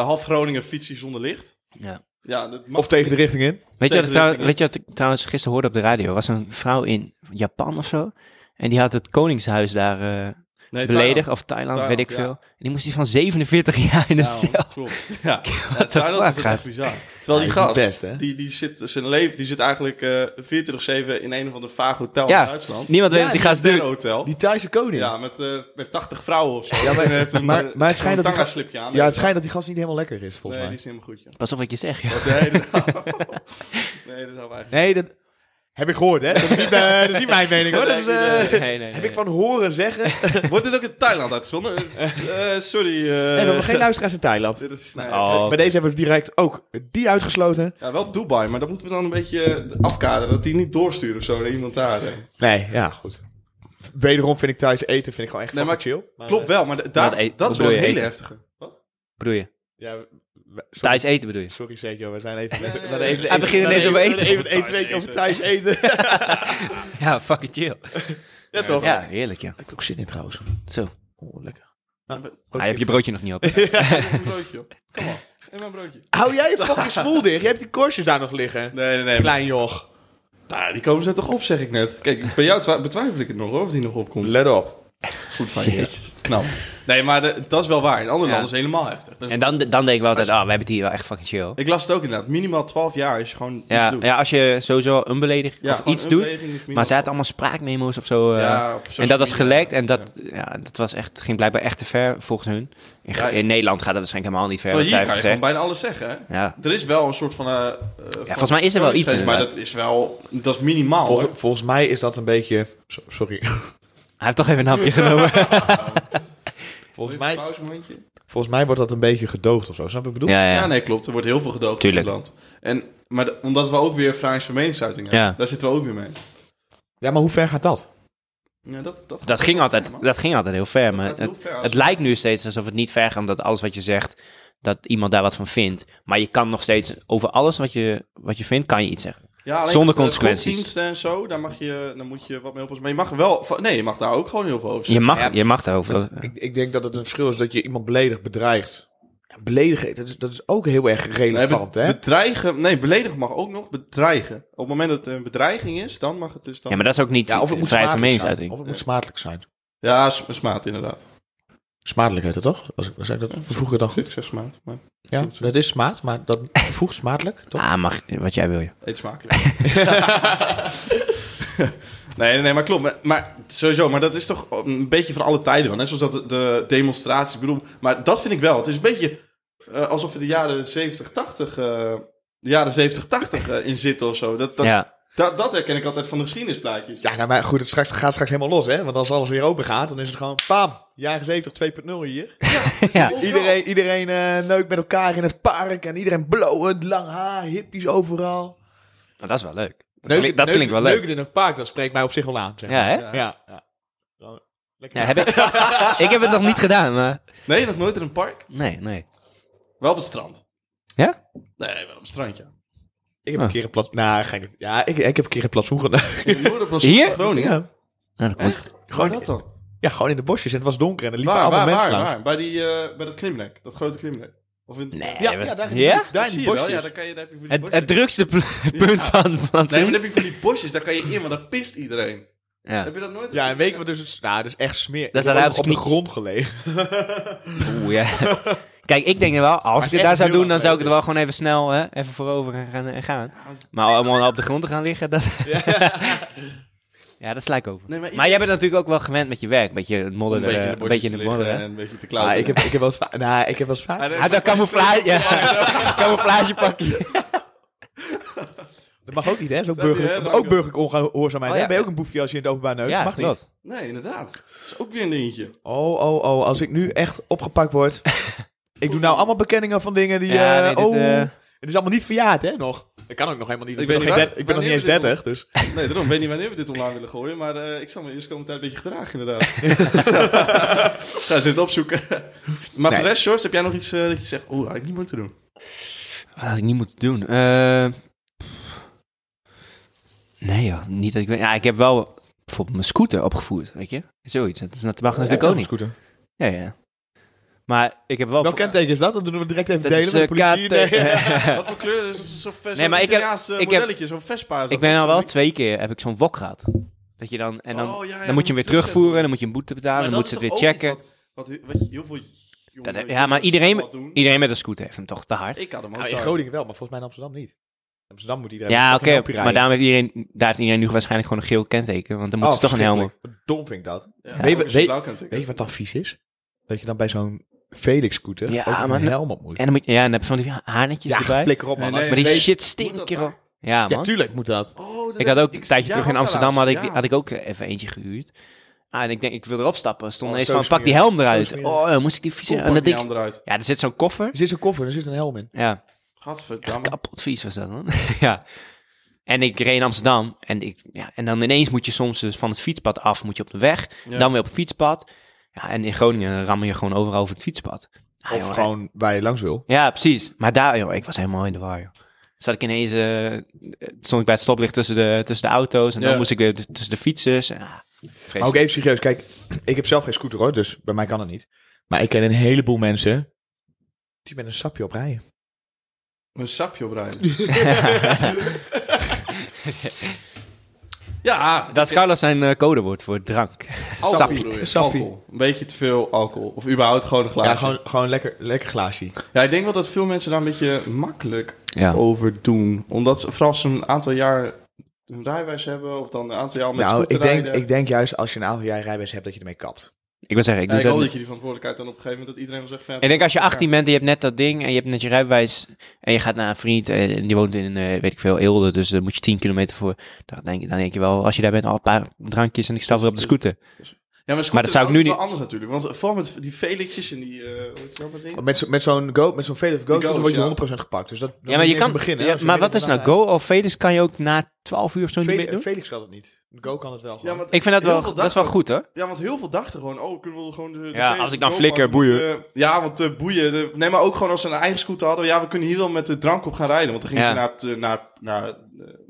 Speaker 1: half Groningen fietsen zonder licht.
Speaker 2: Ja.
Speaker 1: Ja, dat mag.
Speaker 3: Of tegen de richting in.
Speaker 2: Weet je, wat ik
Speaker 1: Tegen de
Speaker 2: trouw-
Speaker 1: richting in.
Speaker 2: weet je wat ik trouwens gisteren hoorde op de radio? Er was een vrouw in Japan of zo. En die had het koningshuis daar eh,
Speaker 1: nee,
Speaker 2: beledigd. Of Thailand,
Speaker 1: Thailand,
Speaker 2: weet ik
Speaker 1: ja. Nou,
Speaker 2: veel. En die moest die van 47 jaar in de
Speaker 1: Ja,
Speaker 2: cel.
Speaker 1: klopt. Ja, ja
Speaker 2: the
Speaker 1: Thailand is
Speaker 2: fuck,
Speaker 1: het echt
Speaker 2: gast?
Speaker 1: bizar. Terwijl die
Speaker 3: Ja, dat is
Speaker 1: gast,
Speaker 3: best, hè?
Speaker 1: die, die zit, zijn leven, die zit eigenlijk eh 24-7 in een of ander vaag hotel
Speaker 2: Ja.
Speaker 1: in Duitsland.
Speaker 2: Niemand weet wat die gast
Speaker 1: sterrenhotel.
Speaker 2: doet.
Speaker 1: hotel.
Speaker 3: Die Thaise koning.
Speaker 1: Ja, met, eh met 80 vrouwen of zo.
Speaker 3: Ja, maar-
Speaker 1: En hij heeft een,
Speaker 3: maar-
Speaker 1: eh,
Speaker 3: maar het schijnt
Speaker 1: zo'n
Speaker 3: dat die
Speaker 1: tanga
Speaker 3: gast-
Speaker 1: slipje aan.
Speaker 3: Ja, het schijnt dat die gast niet helemaal lekker is, volgens
Speaker 1: Nee, die
Speaker 3: mij.
Speaker 1: is niet helemaal goed, joh.
Speaker 2: Pas op wat je zegt, ja.
Speaker 1: Dat, nee, dat, nee, dat houden we eigenlijk
Speaker 3: Nee, dat heb ik gehoord, hè? Dat is niet, eh, dat is niet mijn mening, hoor. Dat is, eh,
Speaker 1: Nee, nee,
Speaker 2: Nee, nee, nee.
Speaker 3: Heb ik van horen zeggen.
Speaker 1: Wordt dit ook in Thailand uitgezonden? Eh, sorry. eh,
Speaker 3: En we hebben geen Nou. luisteraars in Thailand.
Speaker 1: dit is, nee.
Speaker 2: Oh.
Speaker 3: Eh, Bij deze hebben we direct ook die uitgesloten.
Speaker 1: Ja, wel Dubai, maar dat moeten we dan een beetje eh, afkaderen. Dat die niet doorsturen of zo naar iemand daar. hè.
Speaker 3: Nee, ja, goed. Wederom vind ik Thaise eten vind ik gewoon echt
Speaker 1: Nee,
Speaker 3: fucking chill. Maar,
Speaker 1: Klopt wel, maar da- daar,
Speaker 2: Wat e-
Speaker 1: dat
Speaker 2: wat
Speaker 1: is wel een
Speaker 2: bedoel je
Speaker 1: hele
Speaker 2: eten?
Speaker 1: heftige. Wat?
Speaker 2: bedoel je?
Speaker 3: eh, Ja, we- we- sorry,
Speaker 2: Thais eten bedoel je?
Speaker 3: sorry Sergio, we zijn even...
Speaker 1: nee,
Speaker 3: we
Speaker 1: nee.
Speaker 3: hadden even
Speaker 2: Hij begint
Speaker 3: we
Speaker 2: ineens
Speaker 3: hadden
Speaker 2: over
Speaker 3: even-
Speaker 1: eten.
Speaker 3: Even een tweetje over Thaise eten.
Speaker 2: Ja, fucking chill.
Speaker 3: Ja, toch?
Speaker 2: Ja, heerlijk, ja.
Speaker 3: Ik heb ook zin in trouwens.
Speaker 2: Zo.
Speaker 3: Oh, lekker.
Speaker 2: Ah, je hebt je broodje nog niet op.
Speaker 1: Een broodje, joh. Kom op. En mijn broodje.
Speaker 3: Hou jij je fucking smoel dicht? Je hebt die korstjes daar nog liggen.
Speaker 1: Nee, nee, nee.
Speaker 3: Klein joch.
Speaker 1: Nou, die komen ze toch op, zeg ik net. Kijk, bij jou twa- betwijfel ik het nog hoor, of die nog opkomt.
Speaker 3: Let op.
Speaker 1: Goed van je. Knap. Nee, maar de- dat is wel waar. In andere
Speaker 2: Ja.
Speaker 1: landen is het helemaal heftig. Dat is-
Speaker 2: En dan, dan denk ik wel altijd, ah, we hebben het hier wel echt fucking chill.
Speaker 1: ik las het ook inderdaad. Minimaal 12 jaar is je gewoon iets
Speaker 2: Ja,
Speaker 1: doet.
Speaker 2: ja, als je sowieso een beledig
Speaker 1: Ja,
Speaker 2: of
Speaker 1: gewoon
Speaker 2: iets
Speaker 1: een
Speaker 2: doet.
Speaker 1: beweging is minimaal
Speaker 2: Maar ze hadden allemaal spraakmemo's of zo. eh,
Speaker 1: Ja, op social
Speaker 2: en dat was
Speaker 1: media.
Speaker 2: gelekt en dat, ja. dat was echt, ging blijkbaar echt te ver volgens hun. In,
Speaker 1: Ja,
Speaker 2: in Nederland gaat dat waarschijnlijk helemaal niet ver,
Speaker 1: Terwijl
Speaker 2: wat zij
Speaker 1: hier
Speaker 2: heeft
Speaker 1: kan je gewoon
Speaker 2: gezegd.
Speaker 1: bijna alles zeggen. hè?
Speaker 2: Ja.
Speaker 1: Er is wel een soort van... eh, eh, van-
Speaker 2: volgens mij is er wel iets,
Speaker 1: Maar
Speaker 2: inderdaad.
Speaker 1: dat is wel... Dat is minimaal. hoor.
Speaker 3: Volgens, volgens mij is dat een beetje... so- Sorry.
Speaker 2: Hij heeft toch even een hapje genomen.
Speaker 3: Volgens
Speaker 1: Even
Speaker 3: mij,
Speaker 1: een pauzemomentje.
Speaker 3: volgens mij wordt dat een beetje gedoogd of zo. Snap je wat ik bedoel?
Speaker 2: ja,
Speaker 1: Ja,
Speaker 2: ja.
Speaker 1: nee, klopt. Er wordt heel veel gedoogd
Speaker 2: Tuurlijk.
Speaker 1: in Nederland. En, maar d- omdat we ook weer vrijheid van meningsuiting hebben.
Speaker 2: Ja.
Speaker 1: Daar zitten we ook weer mee.
Speaker 3: Ja, maar hoe ver gaat dat?
Speaker 1: Ja, dat, dat,
Speaker 2: Dat, ging altijd,
Speaker 1: man.
Speaker 2: dat ging altijd heel ver.
Speaker 1: Dat
Speaker 2: Maar
Speaker 1: gaat
Speaker 2: het,
Speaker 1: heel ver als-
Speaker 2: het lijkt nu steeds alsof het niet ver gaat, omdat alles wat je zegt, dat iemand daar wat van vindt. Maar je kan nog steeds, over alles wat je, wat je vindt, kan je iets zeggen.
Speaker 1: Ja, alleen
Speaker 2: zonder
Speaker 1: de
Speaker 2: consequenties.
Speaker 1: godsdiensten en zo, daar, mag je, daar moet je wat mee oppassen. Maar je mag wel... van- Nee, je mag daar ook gewoon heel veel over zeggen.
Speaker 2: Je mag,
Speaker 3: Ja.
Speaker 2: je mag daarover.
Speaker 3: Ik, ik denk dat het een verschil is dat je iemand beledigd bedreigt. Ja, beledigen, dat is, dat is ook heel erg
Speaker 1: Nee,
Speaker 3: relevant,
Speaker 1: be-
Speaker 3: hè?
Speaker 1: Bedreigen... Nee, beledigen mag ook nog bedreigen. Op het moment dat het een bedreiging is, dan mag het dus dan...
Speaker 2: Ja, maar dat is ook niet
Speaker 3: Ja, of het moet
Speaker 2: vrijheid van
Speaker 3: smakelijk zijn.
Speaker 2: meningsuiting.
Speaker 3: Of het moet smakelijk zijn.
Speaker 1: Ja, s- smaad inderdaad.
Speaker 3: Smakelijk heet het toch? Was, was ik dat vroeger dan goed?
Speaker 1: Ik zeg smaad, maar...
Speaker 3: Ja, dat is smaad, maar dat vroeg smakelijk, toch?
Speaker 2: Ah, mag, wat jij wil. Ja.
Speaker 1: Eet smakelijk. nee, nee, maar klopt. Maar, maar sowieso, maar dat is toch een beetje van alle tijden wel. Net zoals dat de, de demonstraties, ik bedoel. Maar dat vind ik wel. Het is een beetje eh, alsof we de jaren 70, 80... eh, de jaren 70, 80 eh, in zitten of zo. Dat, dat,
Speaker 2: ja.
Speaker 1: dat, dat herken ik altijd van de geschiedenisplaatjes.
Speaker 3: Ja, nou, maar goed, het straks, gaat straks helemaal los, hè? Want als alles weer open gaat, dan is het gewoon, bam, jaren 70, 2.0 hier.
Speaker 2: ja.
Speaker 3: Iedereen, iedereen eh, neukt met elkaar in het park en iedereen blowend, lang haar, hippies overal.
Speaker 2: Nou, dat is wel leuk. Dat,
Speaker 3: Neuken-
Speaker 2: klinkt, dat
Speaker 3: neuken-
Speaker 2: klinkt wel leuk.
Speaker 3: Neuken in een park, dat spreekt mij op zich wel aan. Zeg.
Speaker 2: Ja, hè?
Speaker 1: Ja.
Speaker 3: maar. ja. ja. Zo, Lekker.
Speaker 2: Ja, heb ik, ik heb het nog niet gedaan, maar...
Speaker 1: Nee, nog nooit in een park.
Speaker 2: Nee, nee.
Speaker 1: Wel op het strand.
Speaker 2: Ja?
Speaker 1: Nee, wel op het strandje.
Speaker 3: Ik heb een
Speaker 2: Ah.
Speaker 3: keer een plat... Nou, ga ik... Ja, ik, ik heb een keer een platsoen geneukt.
Speaker 1: In Noorderplas-
Speaker 2: Hier?
Speaker 1: Groningen.
Speaker 3: Ja.
Speaker 2: Nou, dat komt...
Speaker 1: Gewoon dat dan.
Speaker 3: ja, gewoon in de bosjes en het was donker en er liepen
Speaker 1: Waar,
Speaker 3: allemaal
Speaker 1: waar,
Speaker 3: mensen
Speaker 1: waar,
Speaker 3: langs.
Speaker 1: waar? Bij, die, eh, bij dat klimrek. Dat grote klimrek. Of in,
Speaker 2: Nee,
Speaker 3: Ja,
Speaker 2: wat-
Speaker 3: ja, daar in
Speaker 2: ja?
Speaker 3: die- daar in
Speaker 1: zie
Speaker 3: die
Speaker 1: je wel,
Speaker 3: bosjes.
Speaker 1: ja, dan kan je, daar heb je van die
Speaker 2: Het,
Speaker 1: bosjes.
Speaker 2: het drukste pl- punt van, van het
Speaker 1: nee, maar
Speaker 2: seizoen.
Speaker 1: dan heb je van die bosjes, daar kan je in, want daar pist iedereen.
Speaker 2: ja.
Speaker 1: Heb je dat nooit?
Speaker 3: Ja, een week, maar dus, het- nou, dat is echt smeer.
Speaker 2: Daar
Speaker 3: Ik heb
Speaker 2: staat hij
Speaker 3: ook
Speaker 2: op
Speaker 3: op
Speaker 2: zijn
Speaker 3: de
Speaker 2: knie.
Speaker 3: grond gelegen.
Speaker 2: Oeh, ja. Kijk, ik denk wel, als ik
Speaker 3: is
Speaker 2: het daar
Speaker 3: echt
Speaker 2: zou
Speaker 3: heel
Speaker 2: doen, dan
Speaker 3: erg
Speaker 2: zou ik het
Speaker 3: leuk,
Speaker 2: wel gewoon even snel hè, even voorover en gaan, en gaan. Maar allemaal op de grond te gaan liggen, dat... ja, dat sla ik over.
Speaker 1: Nee, maar
Speaker 2: Maar jij bent natuurlijk ook wel gewend met je werk, met je modder, eh,
Speaker 1: een beetje in de
Speaker 2: een
Speaker 1: bosjes
Speaker 2: beetje in
Speaker 1: te
Speaker 2: de
Speaker 1: liggen
Speaker 2: modder. hè.
Speaker 1: en een beetje te
Speaker 3: Ah,
Speaker 1: klauwen.
Speaker 3: ik, heb, ik heb wel eens vaak... Nou, ik heb wel eens vaak...
Speaker 2: Ah, dat camouflage, ja. camouflagepakje.
Speaker 3: Dat mag ook niet, hè? Zo'n
Speaker 1: Dat niet,
Speaker 3: burgerlijk,
Speaker 1: hè? Dank
Speaker 3: ook
Speaker 1: je.
Speaker 3: burgerlijk ongehoorzaamheid.
Speaker 2: Oh,
Speaker 3: hè?
Speaker 2: ja.
Speaker 3: Ben je ook een boefje als je in het openbaar neukt?
Speaker 2: Ja,
Speaker 3: mag
Speaker 2: klopt.
Speaker 3: niet.
Speaker 1: Nee, inderdaad. Dat is ook weer een dingetje.
Speaker 3: Oh, oh, oh. Als ik nu echt opgepakt word... ik doe nou allemaal bekenningen van dingen die...
Speaker 2: Ja,
Speaker 3: eh,
Speaker 2: nee, dit,
Speaker 3: oh,
Speaker 2: eh,
Speaker 3: Het is allemaal niet verjaard, hè? Nog. Dat kan ook nog helemaal niet. Ik,
Speaker 1: Ik
Speaker 3: ben,
Speaker 1: weet
Speaker 3: nog,
Speaker 1: niet
Speaker 3: geen
Speaker 1: waar-
Speaker 3: dert- ik ben nog niet
Speaker 1: wanneer
Speaker 3: eens
Speaker 1: we dit
Speaker 3: 30, dus...
Speaker 1: Nee, daarom. Ik weet niet wanneer we dit online willen gooien, maar eh, ik zal me eerst komen tijd een beetje gedragen, inderdaad. Ga eens dit opzoeken. maar
Speaker 3: Nee.
Speaker 1: voor de rest, Shorts, heb jij nog iets eh, dat je zegt, oeh, had ik niet moeten doen?
Speaker 2: Wat had ik niet moeten doen? Eh, nee joh, niet dat ik weet. Ja, ik heb wel bijvoorbeeld mijn scooter opgevoerd, weet je? Zoiets. Dat, is, dat mag natuurlijk ook niet.
Speaker 3: Scooter.
Speaker 2: Ja, ja. Maar ik heb wel...
Speaker 3: Welk kenteken is eh, dat? Dan doen we het direct even
Speaker 2: Dat
Speaker 3: delen
Speaker 2: is,
Speaker 3: met de
Speaker 2: eh,
Speaker 3: politie.
Speaker 2: KT.
Speaker 3: Nee.
Speaker 1: Wat voor kleur is het? Zo'n zo
Speaker 2: Nee, maar ik heb-
Speaker 1: Italiaanse
Speaker 2: ik heb-
Speaker 1: modelletje, zo'n Vespa. is dat
Speaker 2: eh, ik ben
Speaker 1: toch,
Speaker 2: al wel
Speaker 1: zoiets?
Speaker 2: twee keer heb ik zo'n wok gehad. Dat je dan... En dan,
Speaker 1: Oh, ja, ja,
Speaker 2: dan moet je hem weer terugvoeren, dan moet je een boete betalen,
Speaker 1: Maar
Speaker 2: dan moet
Speaker 1: dat
Speaker 2: ze het
Speaker 1: is toch
Speaker 2: weer
Speaker 1: ook
Speaker 2: checken.
Speaker 1: iets Wat, wat, wat heel veel
Speaker 2: Dat-
Speaker 1: jongen,
Speaker 2: ja, maar iedereen,
Speaker 1: doen.
Speaker 2: iedereen met een scooter heeft hem toch te hard.
Speaker 1: Ik had hem ook
Speaker 3: Nou, in
Speaker 1: thuis.
Speaker 3: Groningen wel, maar volgens mij in Amsterdam niet. In Amsterdam moet iedereen...
Speaker 2: Ja,
Speaker 3: met een
Speaker 2: oké,
Speaker 3: lampje
Speaker 2: maar
Speaker 3: rijden.
Speaker 2: daarom heeft iedereen, daar heeft iedereen nu waarschijnlijk gewoon een geel kenteken, want dan moet
Speaker 3: Oh,
Speaker 2: ze toch een helm op.
Speaker 3: verschrikkelijk. Dom vind ik dat.
Speaker 1: Ja,
Speaker 3: Weet je-
Speaker 1: ook een
Speaker 3: weet-
Speaker 1: blauw kenteken.
Speaker 3: Weet je wat dan vies is? Dat je dan bij zo'n Felix-scooter
Speaker 2: Ja,
Speaker 3: ook een
Speaker 2: maar-
Speaker 3: helm op moet.
Speaker 2: En dan, moet je, ja, en dan heb je van die ha- haarnetjes
Speaker 3: ja,
Speaker 2: erbij.
Speaker 3: flikker op, man.
Speaker 1: Nee,
Speaker 3: Als
Speaker 1: nee,
Speaker 3: je
Speaker 2: Maar die
Speaker 3: weet-
Speaker 2: shit
Speaker 1: Moet dat
Speaker 2: stinkt,
Speaker 1: daar?
Speaker 2: kerel. Ja,
Speaker 3: Ja,
Speaker 2: man.
Speaker 3: tuurlijk moet dat.
Speaker 1: Oh, dat
Speaker 2: ik had
Speaker 1: heb
Speaker 2: ook een tijdje
Speaker 1: ja, was
Speaker 2: terug in
Speaker 1: dat
Speaker 2: Amsterdam, had ik,
Speaker 1: laatst, ja.
Speaker 2: had ik ook eh, even eentje gehuurd. Ah, en ik denk, ik wilde erop stappen. Stond
Speaker 3: Oh,
Speaker 2: ineens
Speaker 3: zo
Speaker 2: van, pak die
Speaker 3: smerig.
Speaker 2: helm eruit.
Speaker 3: Zo smerig.
Speaker 2: Oh, dan moest ik die vieze...
Speaker 1: Kom,
Speaker 2: en
Speaker 1: pak
Speaker 2: dat
Speaker 1: die
Speaker 2: ding-
Speaker 1: hand eruit.
Speaker 2: ja, er zit zo'n koffer.
Speaker 3: Er zit zo'n koffer, er zit een helm in.
Speaker 2: Ja,
Speaker 1: Gadverdamme.
Speaker 2: kapot vies was dat, man. ja. En ik reed in Amsterdam. En, ik, ja, en dan ineens moet je soms dus van het fietspad af, moet je op de weg.
Speaker 1: Ja.
Speaker 2: Dan weer op het fietspad. Ja, en in Groningen rammen je gewoon overal over het fietspad. Ah,
Speaker 3: Of
Speaker 2: joh,
Speaker 3: gewoon waar je langs wil.
Speaker 2: Ja, precies. Maar daar, joh, ik was helemaal in de war, joh. Zat ik ineens, eh, stond ik bij het stoplicht tussen de, tussen de auto's en dan
Speaker 1: Ja.
Speaker 2: moest ik weer t- tussen de fietsers. En, ah, vreselijk.
Speaker 3: Maar ook even serieus, kijk, ik heb zelf geen scooter hoor, dus bij mij kan het niet. Maar ik ken een heleboel mensen die met een sapje op rijden.
Speaker 1: Een sapje op rijden. ja,
Speaker 2: Dat is Carlos zijn eh, codewoord voor drank.
Speaker 1: alcohol
Speaker 2: Sappie.
Speaker 1: bedoel je.
Speaker 3: Sappie.
Speaker 1: Alcohol. Een beetje te veel alcohol. Of überhaupt gewoon een glaasje.
Speaker 3: Ja, gewoon, gewoon lekker, lekker glaasje.
Speaker 1: Ja, ik denk wel dat veel mensen daar een beetje makkelijk
Speaker 2: Ja.
Speaker 1: over doen. Omdat ze, vooral als ze een aantal jaar hun rijwijs hebben, of dan een aantal jaar met
Speaker 3: nou,
Speaker 1: scooter
Speaker 3: ik denk,
Speaker 1: rijden.
Speaker 3: ik denk juist als je een aantal jaar rijbewijs hebt dat je ermee kapt.
Speaker 2: Ik wil zeggen, ik
Speaker 1: Ja,
Speaker 2: doe
Speaker 1: ik
Speaker 2: dat
Speaker 1: hoop
Speaker 2: niet.
Speaker 1: dat je die verantwoordelijkheid dan op een gegeven moment dat iedereen wel zegt van... ja,
Speaker 2: Ik denk als je 18 bent en je hebt net dat ding en je hebt net je rijbewijs en je gaat naar een vriend en die woont in, eh, weet ik veel, Eelde, dus daar moet je 10 kilometer voor. Dan denk, ik- dan denk je wel, als je daar bent, al een paar drankjes en ik stap weer op de
Speaker 3: dus
Speaker 2: scooter.
Speaker 1: Ja, maar,
Speaker 2: maar dat zou ik nu
Speaker 1: niet... wel anders natuurlijk. Want vooral met die Felixjes en die... eh hoe heet dat andere
Speaker 2: Oh,
Speaker 1: ding?
Speaker 3: Met, zo- met zo'n go, met zo'n Velux Go,
Speaker 1: Go's,
Speaker 3: dan word
Speaker 1: ja.
Speaker 3: je 100% gepakt. Dus dat, dan
Speaker 2: Ja, maar
Speaker 3: moet
Speaker 2: je
Speaker 3: niet eens
Speaker 2: kan,
Speaker 3: beginnen.
Speaker 2: ja,
Speaker 3: hè, als je
Speaker 2: maar
Speaker 3: weet
Speaker 2: wat is
Speaker 3: dat
Speaker 2: nou, go of Felix kan je ook na 12 uur of zo niet
Speaker 3: Fel-
Speaker 2: meer doen?
Speaker 3: Felix kan dat niet. Go kan het wel gewoon.
Speaker 1: Ja, want
Speaker 2: Ik vind dat
Speaker 1: heel
Speaker 2: wel,
Speaker 1: veel
Speaker 2: dat is wel
Speaker 1: dachten-
Speaker 2: goed hoor.
Speaker 1: Ja, want heel veel dachten gewoon, oh, kunnen we gewoon... De, de
Speaker 2: Ja,
Speaker 1: Felix
Speaker 2: als ik dan
Speaker 1: erop
Speaker 2: flikker,
Speaker 1: pakken, want,
Speaker 2: boeien.
Speaker 1: eh, ja, want eh, boeien. de- nee, maar ook gewoon als ze een eigen scooter hadden. Ja, we kunnen hier wel met de drank op gaan rijden. Want dan gingen
Speaker 2: Ja.
Speaker 1: ze naar, het, eh, naar, naar, eh,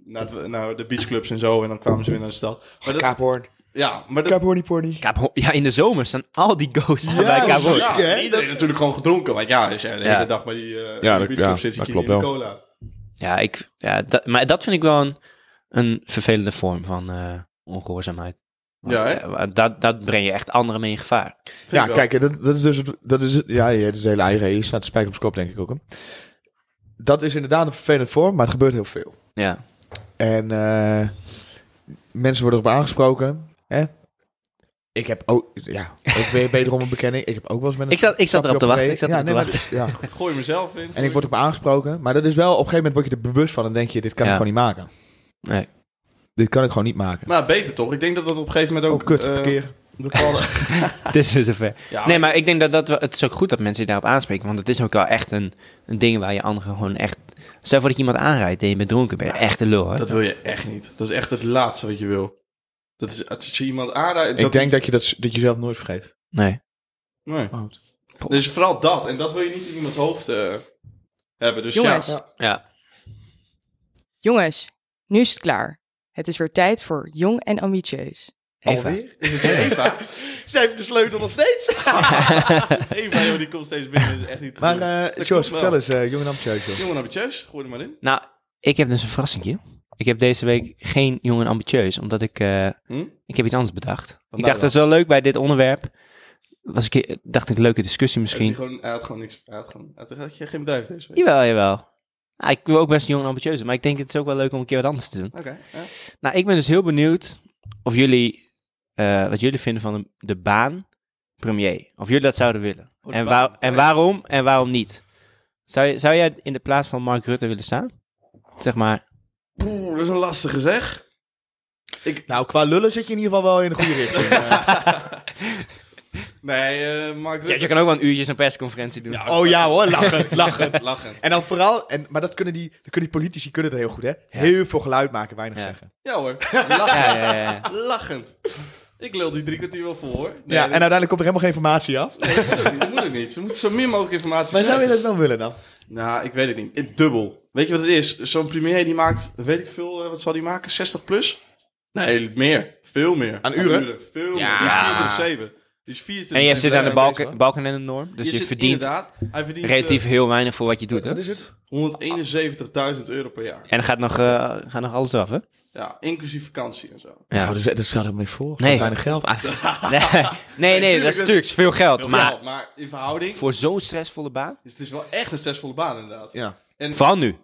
Speaker 1: naar, het- naar de beachclubs en zo. En dan kwamen ze weer naar de stad. Maar dat,
Speaker 3: Kaaphoorn.
Speaker 1: ja, maar dat...
Speaker 3: Kaaphoorn, die porny.
Speaker 2: Kaaphoorn- ja, in de zomer staan al die go's bij
Speaker 3: dat is
Speaker 2: Kaaphoorn.
Speaker 3: waar.
Speaker 1: Ja,
Speaker 3: Hè?
Speaker 1: iedereen natuurlijk gewoon gedronken. Want ja, als jij de
Speaker 2: Ja.
Speaker 1: hele dag bij die, eh
Speaker 3: Ja, dat-
Speaker 1: die beachclub
Speaker 3: ja,
Speaker 1: zit, je
Speaker 3: dat
Speaker 1: in
Speaker 3: klopt
Speaker 1: de
Speaker 3: wel.
Speaker 1: cola.
Speaker 2: Ja, ik, ja dat, maar dat vind ik wel een, een vervelende vorm van eh, ongehoorzaamheid. Want,
Speaker 1: Ja, hè?
Speaker 2: eh, wa- dat, dat breng je echt anderen mee in gevaar.
Speaker 1: Vind
Speaker 3: Ja,
Speaker 1: ik wel.
Speaker 3: kijk, dat, dat is dus... het- Dat is, het- ja, het is de hele eigen... Je staat de spijker op zijn kop, denk ik ook. Hè. Dat is inderdaad een vervelende vorm, maar het gebeurt heel veel.
Speaker 2: Ja,
Speaker 3: En eh, mensen worden erop aangesproken. Hè? Ik heb ook, ja, ook weer wederom een bekenning. Ik heb ook wel eens met een
Speaker 2: Ik zat- ik zat erop
Speaker 3: stapje
Speaker 2: te
Speaker 3: op
Speaker 2: wachten,
Speaker 3: gereden.
Speaker 2: ik zat
Speaker 3: Ja,
Speaker 2: erop te
Speaker 3: nee, maar dit- ja.
Speaker 1: Ik gooi mezelf in.
Speaker 3: En ik word erop aangesproken. Maar dat is wel, op een gegeven moment word je er bewust van. En denk je, dit kan
Speaker 2: Ja.
Speaker 3: ik gewoon niet maken.
Speaker 2: Nee.
Speaker 3: Dit kan ik gewoon niet maken.
Speaker 1: Maar beter toch? Ik denk dat dat op een gegeven moment ook...
Speaker 3: oh, kut,
Speaker 1: eh,
Speaker 3: parkeer.
Speaker 1: bepaalde-
Speaker 2: het is weer zover.
Speaker 1: Ja,
Speaker 2: Nee, maar ik denk dat, dat wel- het is ook goed dat mensen je daarop aanspreken. Want het is ook wel echt een, een ding waar je anderen gewoon echt... Stel voor dat je iemand aanrijdt en je bent dronken, ben je echt een lul. Hè?
Speaker 1: Dat wil je echt niet. Dat is echt het laatste wat je wil. Dat is als je iemand aanraakt.
Speaker 3: Ik denk dat je, dat, dat je zelf nooit vergeet.
Speaker 2: Nee.
Speaker 1: Nee.
Speaker 2: Oh.
Speaker 1: Dus vooral dat. En dat wil je niet in iemands hoofd eh, hebben. Dus ja.
Speaker 4: Jongens.
Speaker 2: Ja.
Speaker 4: Jongens, nu is het klaar. Het is weer tijd voor Jong en Ambitieus.
Speaker 2: Eva.
Speaker 3: Alweer?
Speaker 1: Is het Eva? Zij heeft de sleutel nog steeds. Eva, joh, die komt steeds binnen. is echt niet te
Speaker 3: Maar
Speaker 1: doen.
Speaker 3: eh
Speaker 1: klopt
Speaker 3: Jos,
Speaker 1: wel.
Speaker 3: vertel eens, eh jongen ambitieus. Jos.
Speaker 1: Jongen ambitieus, gooi er maar in.
Speaker 2: Nou, ik heb dus een verrassingje. Ik heb deze week geen jong en ambitieus, omdat ik, eh,
Speaker 1: Hm?
Speaker 2: ik heb iets anders bedacht. ik
Speaker 1: dan?
Speaker 2: dacht, dat is wel leuk bij dit onderwerp. Was ik, dacht ik, leuke discussie
Speaker 1: Heeft hij
Speaker 2: misschien.
Speaker 1: Gewoon, hij had gewoon niks. Hij had, gewoon, hij had- had je geen bedrijf deze week.
Speaker 2: Jawel, jawel. Nou, ik wil ook best jong en ambitieus, zijn, maar ik denk het is ook wel leuk om een keer wat anders te doen.
Speaker 1: Oké. ja.
Speaker 2: Nou, ik ben dus heel benieuwd of jullie, eh, wat jullie vinden van de, de baan premier. Of jullie dat zouden willen.
Speaker 1: Oh, de
Speaker 2: en,
Speaker 1: baan.
Speaker 2: waar, en waarom en waarom niet. Zou, je- zou jij in de plaats van Mark Rutte willen staan? Zeg maar,
Speaker 1: Poeh, dat is een lastige zeg.
Speaker 3: Nou, qua lullen zit je in ieder geval wel in de goede richting. eh.
Speaker 1: Nee, eh, Mark
Speaker 2: je,
Speaker 1: Rutte.
Speaker 2: je kan ook wel een uurtje zo'n persconferentie doen.
Speaker 3: oh ja hoor, lachen, lachen.
Speaker 1: Lachend.
Speaker 3: En dan vooral, en, maar dat kunnen, die, dat kunnen die politici kunnen het heel goed, hè? Heel veel geluid maken, weinig
Speaker 2: Ja.
Speaker 3: zeggen.
Speaker 1: Ja hoor.
Speaker 2: Ja, ja, ja, ja.
Speaker 1: Lachend. Ik lul die drie kwartier wel vol hoor. Nee,
Speaker 3: ja,
Speaker 1: dat-
Speaker 3: en uiteindelijk komt er helemaal geen informatie af.
Speaker 1: nee, dat moet ook niet. Dat moet ook niet. Ze moeten zo min mogelijk informatie
Speaker 3: Maar zou je
Speaker 1: geven.
Speaker 3: dat wel willen dan?
Speaker 1: Nou, ik weet het niet. Het dubbel. Weet je wat het is? Zo'n premier die maakt, weet ik veel, eh, wat zal die maken? 60 plus? Nee, meer. Veel meer.
Speaker 3: Aan uren?
Speaker 1: Veel
Speaker 2: Ja.
Speaker 1: meer. Die is 24-7. Die is 24
Speaker 2: En je zit aan de
Speaker 3: bezig, hoor.
Speaker 2: balken, balken en de norm. Dus je,
Speaker 1: zit
Speaker 2: verdient
Speaker 1: Inderdaad, hij verdient
Speaker 2: relatief heel weinig voor wat je doet. Hè?
Speaker 3: is het?
Speaker 1: eh, 171.000 euro per jaar.
Speaker 2: En er gaat nog, eh, gaat nog alles af, hè?
Speaker 1: Ja, inclusief vakantie en zo.
Speaker 2: Ja.
Speaker 3: dus, dat staat helemaal niet voor.
Speaker 2: Nee.
Speaker 3: Weinig geld.
Speaker 2: nee, nee,
Speaker 1: tuurlijk,
Speaker 2: dat
Speaker 1: dat
Speaker 2: is
Speaker 1: is-
Speaker 2: natuurlijk veel geld. Maar
Speaker 1: Wel, maar in verhouding
Speaker 2: voor zo'n stressvolle baan?
Speaker 1: is het is wel echt een stressvolle baan inderdaad.
Speaker 3: Ja.
Speaker 1: En,
Speaker 2: Vooral nu.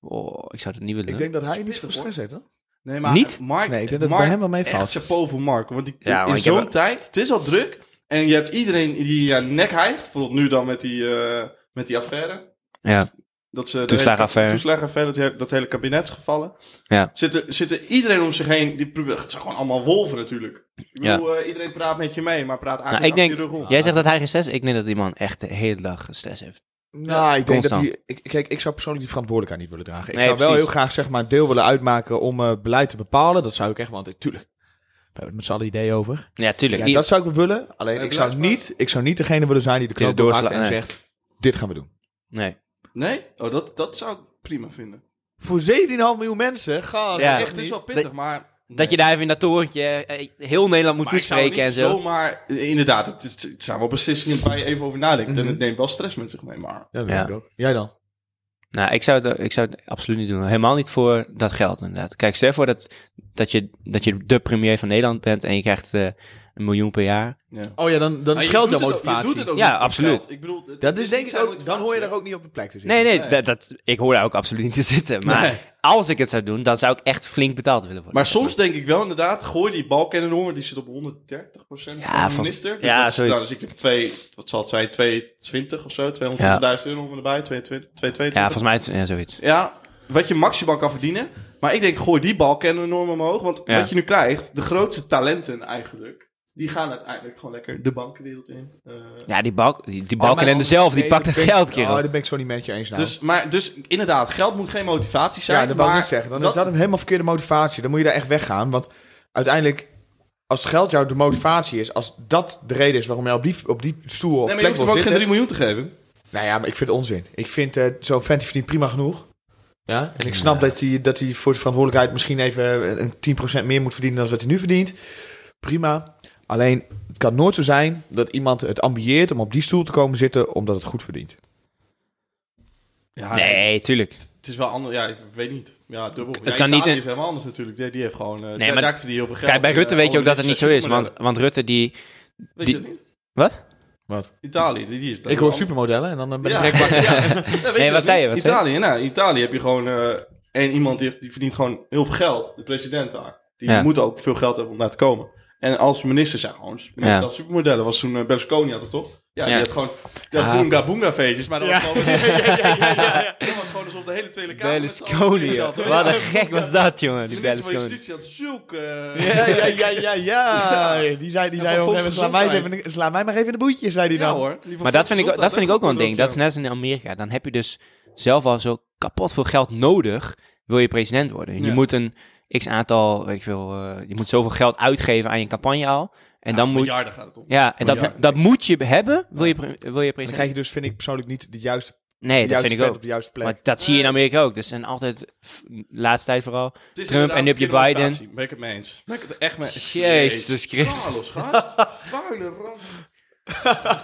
Speaker 2: Oh, ik zou dat niet willen.
Speaker 3: Ik
Speaker 2: hè?
Speaker 3: denk dat hij niet
Speaker 1: Spittig,
Speaker 3: zoveel
Speaker 1: hoor.
Speaker 3: stress heeft, hoor.
Speaker 1: nee, maar
Speaker 2: Niet?
Speaker 1: Mark,
Speaker 3: Nee, ik denk dat het
Speaker 1: Mark,
Speaker 3: bij hem wel meevalt.
Speaker 1: Echt chapeau voor Mark. Want die,
Speaker 2: Ja, maar
Speaker 1: in
Speaker 2: ik heb
Speaker 1: zo'n
Speaker 2: wel-
Speaker 1: tijd, het is al druk. En je hebt iedereen die je nek hijgt. Bijvoorbeeld nu dan met die, eh, met die affaire.
Speaker 2: Ja,
Speaker 1: Dat ze de
Speaker 2: Toeslagenaffaire.
Speaker 1: hele- Toeslagenaffaire, dat, he- dat hele kabinet is gevallen.
Speaker 2: Ja.
Speaker 1: Zitten, zitten iedereen om zich heen. Die, pro- het zijn gewoon allemaal wolven natuurlijk. Ik
Speaker 2: Ja.
Speaker 1: bedoel, eh, iedereen praat met je mee, maar praat
Speaker 2: nou,
Speaker 1: eigenlijk
Speaker 2: ik denk,
Speaker 1: achter je rug om.
Speaker 2: jij zegt dat hij geen stress heeft. Ik denk dat die man echt de hele dag stress heeft.
Speaker 3: Nou, ik denk dat
Speaker 2: constant.
Speaker 3: hij... Ik, kijk, ik zou persoonlijk die verantwoordelijkheid niet willen dragen. Ik
Speaker 2: Nee,
Speaker 3: zou wel
Speaker 2: precies.
Speaker 3: heel graag zeg maar, een deel willen uitmaken om eh, beleid te bepalen. Dat zou ik echt... Want ik- tuurlijk, we hebben het met z'n allen idee over.
Speaker 2: Ja, tuurlijk.
Speaker 3: Ja,
Speaker 2: I-
Speaker 3: dat zou ik wel willen. Alleen,
Speaker 1: Nee,
Speaker 3: ik zou,
Speaker 1: beleidsmaat.
Speaker 3: niet, ik zou niet degene willen zijn die de
Speaker 2: Die
Speaker 3: knoop
Speaker 2: de
Speaker 3: doorhakt en
Speaker 2: doorslag- nee.
Speaker 3: zegt... Dit gaan we doen.
Speaker 2: Nee.
Speaker 1: Nee? Oh, dat, dat zou ik prima vinden.
Speaker 3: Voor 17,5 miljoen mensen? Ga,
Speaker 2: Ja.
Speaker 1: echt, het is wel pittig,
Speaker 2: Dat-
Speaker 1: maar...
Speaker 2: Dat je daar even in dat torentje eh, heel Nederland moet
Speaker 1: Maar ik zou
Speaker 2: toespreken
Speaker 1: niet
Speaker 2: en zo.
Speaker 1: zomaar... eh, Inderdaad, het, is- het zijn wel beslissingen waar je even over nadenkt. En het neemt wel stress met zich mee, maar...
Speaker 3: Ja, dat
Speaker 2: Ja.
Speaker 3: denk ik ook. Jij dan?
Speaker 2: Nou, ik zou, het, ik zou het absoluut niet doen. Helemaal niet voor dat geld, inderdaad. Kijk, stel je voor dat, dat, je, dat je de premier van Nederland bent en je krijgt eh, een miljoen per jaar.
Speaker 1: Ja.
Speaker 3: Oh ja, dan,
Speaker 1: Maar
Speaker 3: dan
Speaker 1: Nou, je
Speaker 3: geldt
Speaker 1: doet
Speaker 3: jouw
Speaker 1: het ook-
Speaker 3: motivatie.
Speaker 1: Je doet het ook
Speaker 2: Ja,
Speaker 1: niet voor
Speaker 2: absoluut.
Speaker 1: geld. Ik bedoel, het-
Speaker 3: Dat
Speaker 1: het
Speaker 3: is denk
Speaker 1: niet
Speaker 3: ik
Speaker 1: zijn
Speaker 3: ook, dan hoor je
Speaker 1: motivatie,
Speaker 3: daar ook niet op de plek te zitten.
Speaker 2: Nee, nee,
Speaker 1: Nee.
Speaker 2: Dat, dat, ik hoor daar ook absoluut niet te zitten. Maar
Speaker 1: Nee.
Speaker 2: als ik het zou doen, dan zou ik echt flink betaald willen
Speaker 1: hè.
Speaker 2: worden.
Speaker 1: Maar soms denk ik wel inderdaad, gooi die balken hoor, die zit op 130 procent
Speaker 2: Ja,
Speaker 1: van de
Speaker 2: van-
Speaker 1: minister. Dus
Speaker 2: ja,
Speaker 1: dat is
Speaker 2: zoiets.
Speaker 1: trouwens, ik heb twee, wat zal het zijn, 220 of zo, 220.000 euro om erbij, 220, 222.
Speaker 2: ja, volgens mij het, ja, zoiets.
Speaker 1: Ja, wat je maximaal kan verdienen. Maar ik denk, gooi die balken enorm omhoog. Want
Speaker 2: Ja.
Speaker 1: wat je nu krijgt, de grootste talenten eigenlijk, die gaan uiteindelijk gewoon lekker de bankenwereld in. Eh,
Speaker 2: Ja, die, balk, die, die
Speaker 3: Oh,
Speaker 2: balken
Speaker 3: maar-
Speaker 2: en zelf, die
Speaker 3: nee,
Speaker 2: pakt
Speaker 3: dat
Speaker 2: het
Speaker 3: ben ik-
Speaker 2: geld, kerel.
Speaker 3: Oh, dat ben ik zo niet met je eens nou.
Speaker 1: dus, maar, dus inderdaad, geld moet geen motivatie zijn.
Speaker 3: ja, dat
Speaker 1: maar
Speaker 3: wou ik niet zeggen. Dan
Speaker 1: dat-
Speaker 3: is dat een helemaal verkeerde motivatie. Dan moet je daar echt weggaan. Want uiteindelijk, als geld jou de motivatie is... als dat de reden is waarom jij op die, op die stoel of
Speaker 1: Nee, maar je
Speaker 3: plek
Speaker 1: hoeft hem
Speaker 3: wil
Speaker 1: ook geen
Speaker 3: zitten...
Speaker 1: 3 miljoen te geven.
Speaker 3: Nou ja, maar ik vind het onzin. Ik vind eh, zo'n vent die verdient prima genoeg. Ja? En ik snap dat hij dat hij voor de verantwoordelijkheid... misschien even eh, een 10% meer moet verdienen dan wat hij nu verdient. Prima. Alleen, het kan nooit zo zijn dat iemand het ambieert... om op die stoel te komen zitten omdat het goed verdient.
Speaker 1: Ja,
Speaker 2: nee, tuurlijk.
Speaker 1: Het is wel anders. Ja, ik weet niet. Ja, dubbel. Het
Speaker 2: kan
Speaker 1: kan
Speaker 2: niet
Speaker 1: niet.
Speaker 2: in-
Speaker 1: is helemaal anders natuurlijk. Die, die heeft gewoon. eh
Speaker 2: Nee,
Speaker 1: daar,
Speaker 2: maar-
Speaker 1: daar verdient heel veel geld.
Speaker 2: Kijk, bij
Speaker 1: En,
Speaker 2: Rutte
Speaker 1: eh,
Speaker 2: weet je ook dat het niet
Speaker 1: andere
Speaker 2: zo is.
Speaker 1: ministers
Speaker 2: Want, want Rutte die...
Speaker 1: supermodellen. Weet je
Speaker 2: die-
Speaker 1: dat niet?
Speaker 2: Wat?
Speaker 1: Italië, die, die is.
Speaker 3: Ik hoor supermodellen en dan eh, ben ik
Speaker 1: Ja,
Speaker 3: direct
Speaker 1: ja. Ja, weet je dat
Speaker 2: wat zei je?
Speaker 1: niet?
Speaker 2: Wat zei je?
Speaker 1: Italië, nou, in Italië heb je gewoon. eh en iemand die, heeft, die verdient gewoon heel veel geld. De president daar. Die
Speaker 2: Ja.
Speaker 1: moet ook veel geld hebben om daar te komen. En als minister zijn gewoon
Speaker 2: Ja.
Speaker 1: ja. supermodellen. Was toen eh, Berlusconi had het toch? Ja,
Speaker 2: Ja.
Speaker 1: die had gewoon ja,
Speaker 2: Ah.
Speaker 1: boonga boonga feestjes. Maar dat was gewoon... Ja, ja, ja, ja, ja. Dat was gewoon alsof de hele Tweede Kamer... met z'n allen feestjes had, hoor.
Speaker 2: Wat een
Speaker 1: Ja.
Speaker 2: gek was dat, jongen.
Speaker 1: De
Speaker 2: Die
Speaker 1: minister van
Speaker 2: Berlusconi.
Speaker 1: Justitie had zulke...
Speaker 3: Ja, ja, ja, ja, ja. Die zei, die
Speaker 1: Ja,
Speaker 3: zei
Speaker 1: van
Speaker 3: op een gegeven moment, sla mij, eens even, in de- sla mij maar even in de boetje, zei die
Speaker 1: Ja,
Speaker 3: dan.
Speaker 1: hoor. Lieve
Speaker 2: Maar dat vind, ik,
Speaker 1: volksgezondheid,
Speaker 2: ook- dat vind ik ook wel een
Speaker 1: komt
Speaker 2: ding.
Speaker 1: ook,
Speaker 2: Dat is net als in Amerika. Dan heb je dus zelf al zo kapot veel geld nodig... wil je president worden. Je
Speaker 1: Ja.
Speaker 2: moet een x-aantal... weet ik veel... eh, je moet zoveel geld uitgeven aan je campagne al. En dan
Speaker 1: ja.
Speaker 2: moet...
Speaker 1: Miljarden gaat het om.
Speaker 2: Ja, en dat,
Speaker 1: Miljarden.
Speaker 2: dat moet je hebben, wil je, pre- wil je
Speaker 3: Dan
Speaker 2: president
Speaker 3: krijg je dus, vind ik persoonlijk, niet de juiste
Speaker 2: Nee,
Speaker 3: de
Speaker 2: dat
Speaker 3: juiste
Speaker 2: vind ik
Speaker 3: vet
Speaker 2: ook.
Speaker 3: op de juiste plek.
Speaker 2: Maar dat zie je in Amerika ook. Dus zijn altijd, f- laatste tijd vooral.
Speaker 1: Het is
Speaker 2: Trump
Speaker 1: inderdaad
Speaker 2: en nu heb je
Speaker 1: verkeerde
Speaker 2: Biden.
Speaker 1: motivatie. Ben ik het mee eens. Ben ik het echt mee eens.
Speaker 2: Jezus Christus.
Speaker 1: Carlos, gast. Vuile rand.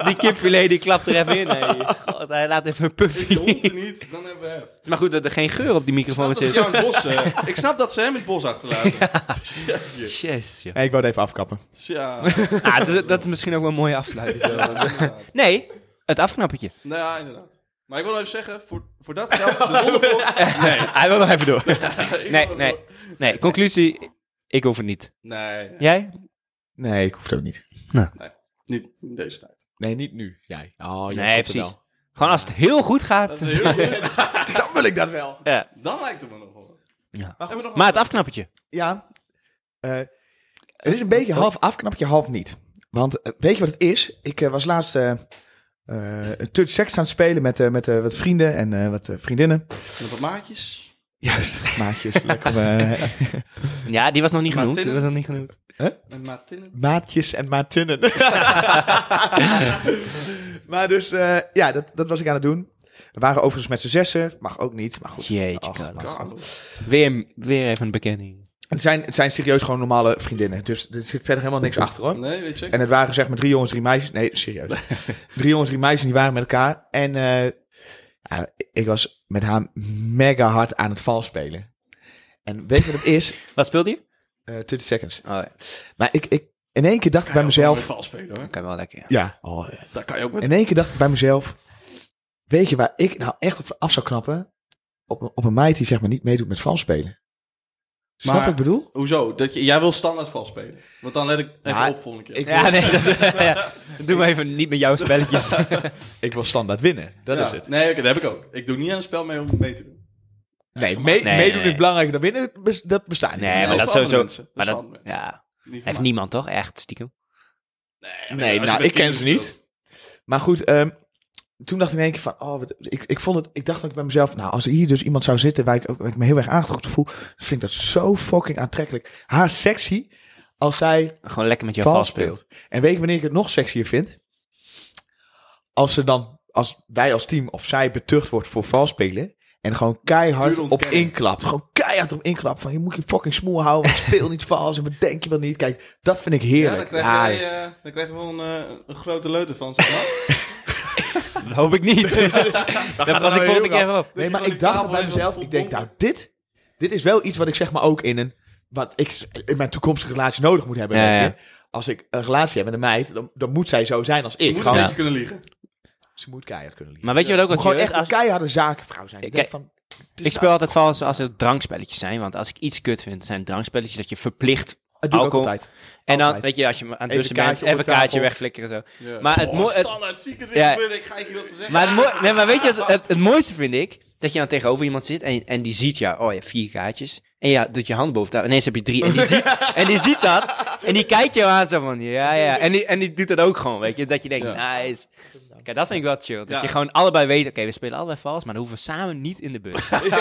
Speaker 2: Die kipfilet die klapt er even in. hè. God, hij laat even een
Speaker 1: Is
Speaker 2: puffy.
Speaker 1: de hond er niet, dan hebben we hem.
Speaker 2: Het is maar goed dat er geen geur op die microfoon
Speaker 1: Dat is
Speaker 2: zit.
Speaker 1: Jan Bos. eh, ik snap dat ze hem in het bos achterlaten. Jezus.
Speaker 2: Jezus, joh.
Speaker 3: Hey, ik wou het even afkappen.
Speaker 1: Tja.
Speaker 2: Ah, het is- dat is misschien ook wel een mooie afsluiting. zo.
Speaker 1: inderdaad.
Speaker 2: Nee, het afknappetje.
Speaker 1: Nou ja, inderdaad. Maar ik wil nog even zeggen, voor, voor dat geld de hondenbok...
Speaker 2: Nee, hij wil nog even door.
Speaker 1: ik
Speaker 2: Nee,
Speaker 1: wil-
Speaker 2: nee. Nee, conclusie, ik hoef het niet.
Speaker 1: Nee, nee,
Speaker 2: Jij?
Speaker 3: Nee, ik hoef het ook niet.
Speaker 1: niet in deze tijd.
Speaker 3: Nee, niet nu. Jij. Oh, jij
Speaker 2: Nee,
Speaker 3: komt er
Speaker 2: precies.
Speaker 3: wel.
Speaker 2: Gewoon als het heel goed
Speaker 1: Dat
Speaker 2: gaat.
Speaker 1: is heel goed.
Speaker 3: Dan wil ik dat wel.
Speaker 2: Ja.
Speaker 1: Dan lijkt het me nog wel.
Speaker 2: Ja.
Speaker 1: Hebben we nog
Speaker 2: Maar het afknappetje.
Speaker 3: Ja. eh, het is een beetje half afknapje, half niet. Want eh, weet je wat het is? Ik eh, was laatst eh eh, een touch seks aan het spelen met, eh, met eh, wat vrienden en eh, wat eh, vriendinnen.
Speaker 1: nog wat maatjes?
Speaker 3: Juist, maatjes. lekker, eh,
Speaker 2: Ja, die was nog niet genoemd.
Speaker 1: Martin?
Speaker 2: Die was nog niet genoemd.
Speaker 1: En Martinnen?
Speaker 3: maatjes en maatinnen. maar dus, eh, ja, dat, dat was ik aan het doen. We waren overigens met z'n zessen. Mag ook niet, maar goed.
Speaker 2: Jeetje,
Speaker 3: Och,
Speaker 2: Carlos.
Speaker 3: man.
Speaker 2: Weer, weer even een bekenning.
Speaker 3: Het zijn, het zijn serieus gewoon normale vriendinnen. Dus er zit verder helemaal niks achter hoor.
Speaker 1: Nee, weet je
Speaker 3: En het waren zeg maar drie jongens, drie meisjes. Nee, serieus. drie jongens, drie meisjes, die waren met elkaar. En eh, ja, ik was met haar mega hard aan het vals spelen. En weet je wat het is?
Speaker 2: Wat speelde je?
Speaker 3: Eh 20 seconds.
Speaker 2: Oh, ja.
Speaker 3: Maar ik, ik, in één keer dacht ik bij mezelf...
Speaker 1: vals spelen hoor.
Speaker 2: Kan wel lekker, ja.
Speaker 3: Oh, Ja.
Speaker 1: Daar kan je ook met...
Speaker 3: In één keer dacht ik bij mezelf... Weet je waar ik nou echt op af zou knappen? Op, een- op een meid die zeg maar niet meedoet met vals spelen. Snap
Speaker 1: Maar-
Speaker 3: wat ik bedoel?
Speaker 1: Hoezo? Dat je, jij wil standaard vals spelen. Want dan let ik even
Speaker 3: Ja,
Speaker 1: op volgende keer.
Speaker 3: ik-
Speaker 2: Ja, nee. dat- ja. Doe maar even niet met jouw spelletjes.
Speaker 3: Ik wil standaard winnen. Dat
Speaker 1: Ja. Nee, oké, dat heb ik ook. Ik doe niet aan een spel mee om mee te doen.
Speaker 3: Nee, mee-
Speaker 2: Nee,
Speaker 3: meedoen
Speaker 2: nee, nee.
Speaker 3: is belangrijker dan winnen. bes- Dat bestaat niet.
Speaker 2: Nee, maar
Speaker 1: voor
Speaker 2: dat
Speaker 1: andere
Speaker 2: sowieso.
Speaker 1: mensen. Dat
Speaker 2: Maar
Speaker 1: is
Speaker 2: dat,
Speaker 1: voor andere mensen.
Speaker 2: ja,
Speaker 1: Niet voor
Speaker 2: heeft
Speaker 1: mij.
Speaker 2: niemand toch? Echt stiekem.
Speaker 1: maar
Speaker 3: Nee,
Speaker 1: als je
Speaker 3: nou,
Speaker 1: met
Speaker 3: ik ken
Speaker 1: kinderen
Speaker 3: ze niet.
Speaker 1: speelt.
Speaker 3: Maar goed, ehm, toen dacht ik in één keer van, oh, wat- ik, ik vond het, ik dacht ook bij mezelf, nou, als er hier dus iemand zou zitten waar ik, ook, waar ik me heel erg aangetrokken voel, vind ik dat zo fucking aantrekkelijk. Haar sexy als zij
Speaker 2: Gewoon lekker met jou
Speaker 3: vals
Speaker 2: vals speelt.
Speaker 3: speelt. En weet je wanneer ik het nog sexier vind? Als ze dan, als wij als team of zij betucht wordt voor vals spelen en gewoon keihard
Speaker 1: Puur
Speaker 3: op
Speaker 1: ontkennen.
Speaker 3: inklapt. Gewoon keihard op inklapt van, je moet je fucking smoel houden, want ik speel niet vals en bedenk je wel niet. Kijk, dat vind ik
Speaker 1: Ja, dan
Speaker 3: heerlijk.
Speaker 1: krijg,
Speaker 3: Ja,
Speaker 1: jij, eh, dan krijg je wel een, eh, een grote leuter van. Zeg maar.
Speaker 2: Dat hoop ik niet. dat
Speaker 3: er
Speaker 2: was
Speaker 3: nou
Speaker 2: ik volgende
Speaker 3: heel
Speaker 2: keer op.
Speaker 3: Nee,
Speaker 1: je
Speaker 3: maar
Speaker 1: gewoon
Speaker 3: ik
Speaker 1: die
Speaker 3: dacht
Speaker 1: tafel
Speaker 3: bij
Speaker 1: even
Speaker 3: mezelf,
Speaker 1: vol
Speaker 3: ik denk,
Speaker 1: pompen?
Speaker 3: nou, dit, dit is wel iets wat ik zeg maar ook in een, wat ik in mijn toekomstige relatie nodig moet hebben.
Speaker 2: Ja,
Speaker 3: weet
Speaker 2: ja.
Speaker 3: je. Als ik een relatie heb met een meid, dan, dan moet zij zo zijn als
Speaker 1: Je
Speaker 3: ik.
Speaker 1: moet
Speaker 3: Gewoon,
Speaker 1: een
Speaker 2: Ja.
Speaker 1: beetje kunnen liegen.
Speaker 3: Ze moet keihard kunnen liegen.
Speaker 2: Maar weet je wat ook
Speaker 3: Moet
Speaker 2: wat
Speaker 3: gewoon
Speaker 2: chill is?
Speaker 3: echt een
Speaker 2: Als-
Speaker 3: keiharde zakenvrouw zijn. Ik,
Speaker 2: Ik-
Speaker 3: denk van, het is
Speaker 2: Ik speel
Speaker 3: nou-
Speaker 2: altijd vals als het drankspelletjes zijn. Want als ik iets kut vind, zijn het drankspelletjes dat je verplicht.
Speaker 3: Dat doe ik ook
Speaker 2: alcohol.
Speaker 3: altijd.
Speaker 2: En dan,
Speaker 3: Altijd.
Speaker 2: weet je, als je aan het
Speaker 3: Even
Speaker 2: bussen
Speaker 3: kaartje
Speaker 2: bent,
Speaker 3: op de
Speaker 2: even een kaartje
Speaker 3: tafel.
Speaker 2: wegflikkeren zo.
Speaker 1: Ja.
Speaker 2: Maar het
Speaker 1: Oh,
Speaker 2: mooi- het-
Speaker 1: standaard zie ik het weer
Speaker 2: Ja.
Speaker 1: gebeuren. Ik ga je wat van zeggen.
Speaker 2: Maar, het mooi- nee, maar weet je, het, het, het mooiste vind ik, dat je dan tegenover iemand zit en, en die ziet jou, oh ja, vier kaartjes. En ja, doet je hand boven tafel. Ineens heb je drie. En die ziet, en die ziet dat. En die kijkt jou aan zo van, ja, ja. En die, en die doet dat ook gewoon, weet je. Dat je denkt,
Speaker 1: Ja.
Speaker 2: nice. Kijk, dat vind ik wel chill. Dat
Speaker 1: Ja.
Speaker 2: je gewoon allebei weet, oké, we spelen allebei vals, maar dan hoeven we samen niet in de bus.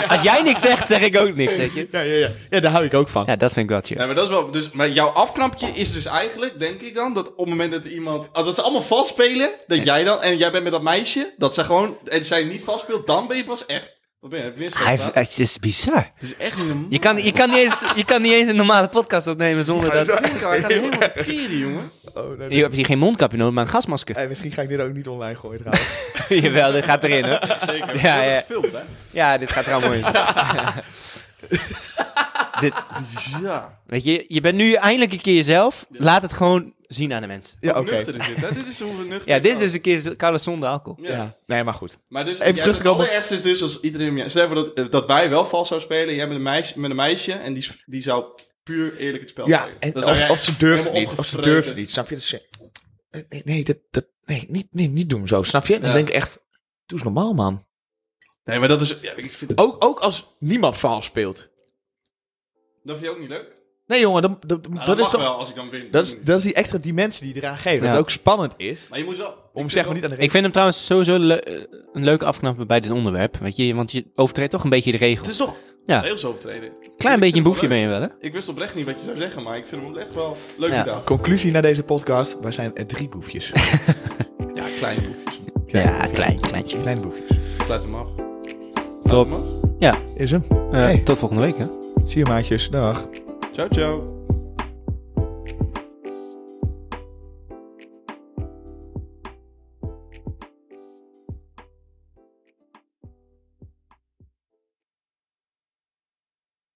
Speaker 2: Als jij niks zegt, zeg ik ook niks, weet je.
Speaker 3: Ja, ja, ja. ja, daar hou ik ook van.
Speaker 2: Ja, dat vind ik wel chill.
Speaker 1: Nee, maar dat is wel. Dus, maar jouw afknapje is dus eigenlijk, denk ik dan, dat op het moment dat iemand. Als dat ze allemaal vals spelen, dat jij dan. En jij bent met dat meisje, dat ze gewoon. En zij niet vals speelt, dan ben je pas echt. Wat ben je? Heb je misdaad
Speaker 2: Hij,
Speaker 1: gedaan?
Speaker 2: het is bizar.
Speaker 1: Het is echt niet normaal.
Speaker 2: Je kan, je, kan niet eens, je kan niet eens een normale podcast opnemen zonder dat...
Speaker 1: Hij gaat helemaal verkeren, jongen.
Speaker 3: Oh, nee,
Speaker 2: Je hebt hier geen mondkapje nodig, maar een gasmasker.
Speaker 3: Eh, misschien ga ik dit ook niet online gooien trouwens.
Speaker 2: Jawel, dit gaat erin, hoor.
Speaker 1: Zeker.
Speaker 2: Ja, ja.
Speaker 1: Ja, ja. Gefilmd, hè?
Speaker 2: Ja, dit gaat er allemaal in. dit,
Speaker 1: Ja.
Speaker 2: weet je, je bent nu eindelijk een keer jezelf. Laat het gewoon zien aan de mensen.
Speaker 3: ja, oké.
Speaker 1: Nuchter is dit, hè? Dit is hoe we nuchter
Speaker 2: Ja, dit is
Speaker 1: zijn.
Speaker 2: dus een keer koude zonder alcohol.
Speaker 1: Ja.
Speaker 3: Ja. Nee, maar goed.
Speaker 1: Maar dus,
Speaker 3: Even
Speaker 1: jij
Speaker 3: terug
Speaker 1: bent-
Speaker 3: te komen.
Speaker 1: Het allerergste is dus als iedereen... om je- Stel even dat, eh, dat wij wel vals zou spelen. Jij met een meisje, met een meisje en die, die zou puur eerlijk het spel
Speaker 3: Ja,
Speaker 1: spelen.
Speaker 3: en
Speaker 1: Dan zou
Speaker 3: of,
Speaker 1: jij
Speaker 3: of ze durft
Speaker 1: helemaal
Speaker 3: niet. Of ze
Speaker 1: opgevreten.
Speaker 3: durft niet. Snap je? Dus, eh, nee, nee, dat, dat, nee niet, niet, niet doen zo. Snap je? Dan
Speaker 1: Ja.
Speaker 3: denk ik echt, doe eens normaal, man.
Speaker 1: Nee, maar dat is... Ja, ik vind,
Speaker 3: Ook, ook als niemand vals speelt.
Speaker 1: dat vind je ook niet leuk?
Speaker 3: Nee, jongen, dan, dan-
Speaker 1: Nou,
Speaker 3: dat, is
Speaker 1: mag
Speaker 3: toch.
Speaker 1: wel als ik dan win. Hmm.
Speaker 3: Dat is, dat is die extra dimensie die je eraan geeft. Dat
Speaker 2: Ja.
Speaker 3: het ook spannend is.
Speaker 1: Maar je moet wel...
Speaker 3: Om zeg maar niet aan de
Speaker 2: Ik
Speaker 3: regels.
Speaker 2: vind hem trouwens sowieso le- eh, een leuke afknapper bij dit onderwerp. Weet je, want je overtreedt toch een beetje de
Speaker 1: Het
Speaker 2: regels.
Speaker 1: is toch
Speaker 2: Ja.
Speaker 1: regels overtreden.
Speaker 2: Klein
Speaker 1: Ik
Speaker 2: beetje een
Speaker 1: vind
Speaker 2: boefje
Speaker 1: het wel
Speaker 2: ben je wel, hè?
Speaker 1: leuk. Ik wist oprecht niet wat je zou zeggen, maar ik vind hem oprecht wel leuk
Speaker 2: Ja.
Speaker 1: gedaan.
Speaker 3: Conclusie naar deze podcast: wij zijn eh, drie boefjes.
Speaker 1: Ja, klein boefjes.
Speaker 2: Ja, klein, kleintje.
Speaker 3: Kleine boefjes.
Speaker 1: Sluit hem af.
Speaker 2: Top.
Speaker 1: Sluit hem af.
Speaker 3: Is hem.
Speaker 2: Eh,
Speaker 3: Hey.
Speaker 2: Tot volgende week, hè?
Speaker 3: Zie je maatjes. Dag.
Speaker 1: Ciao, ciao.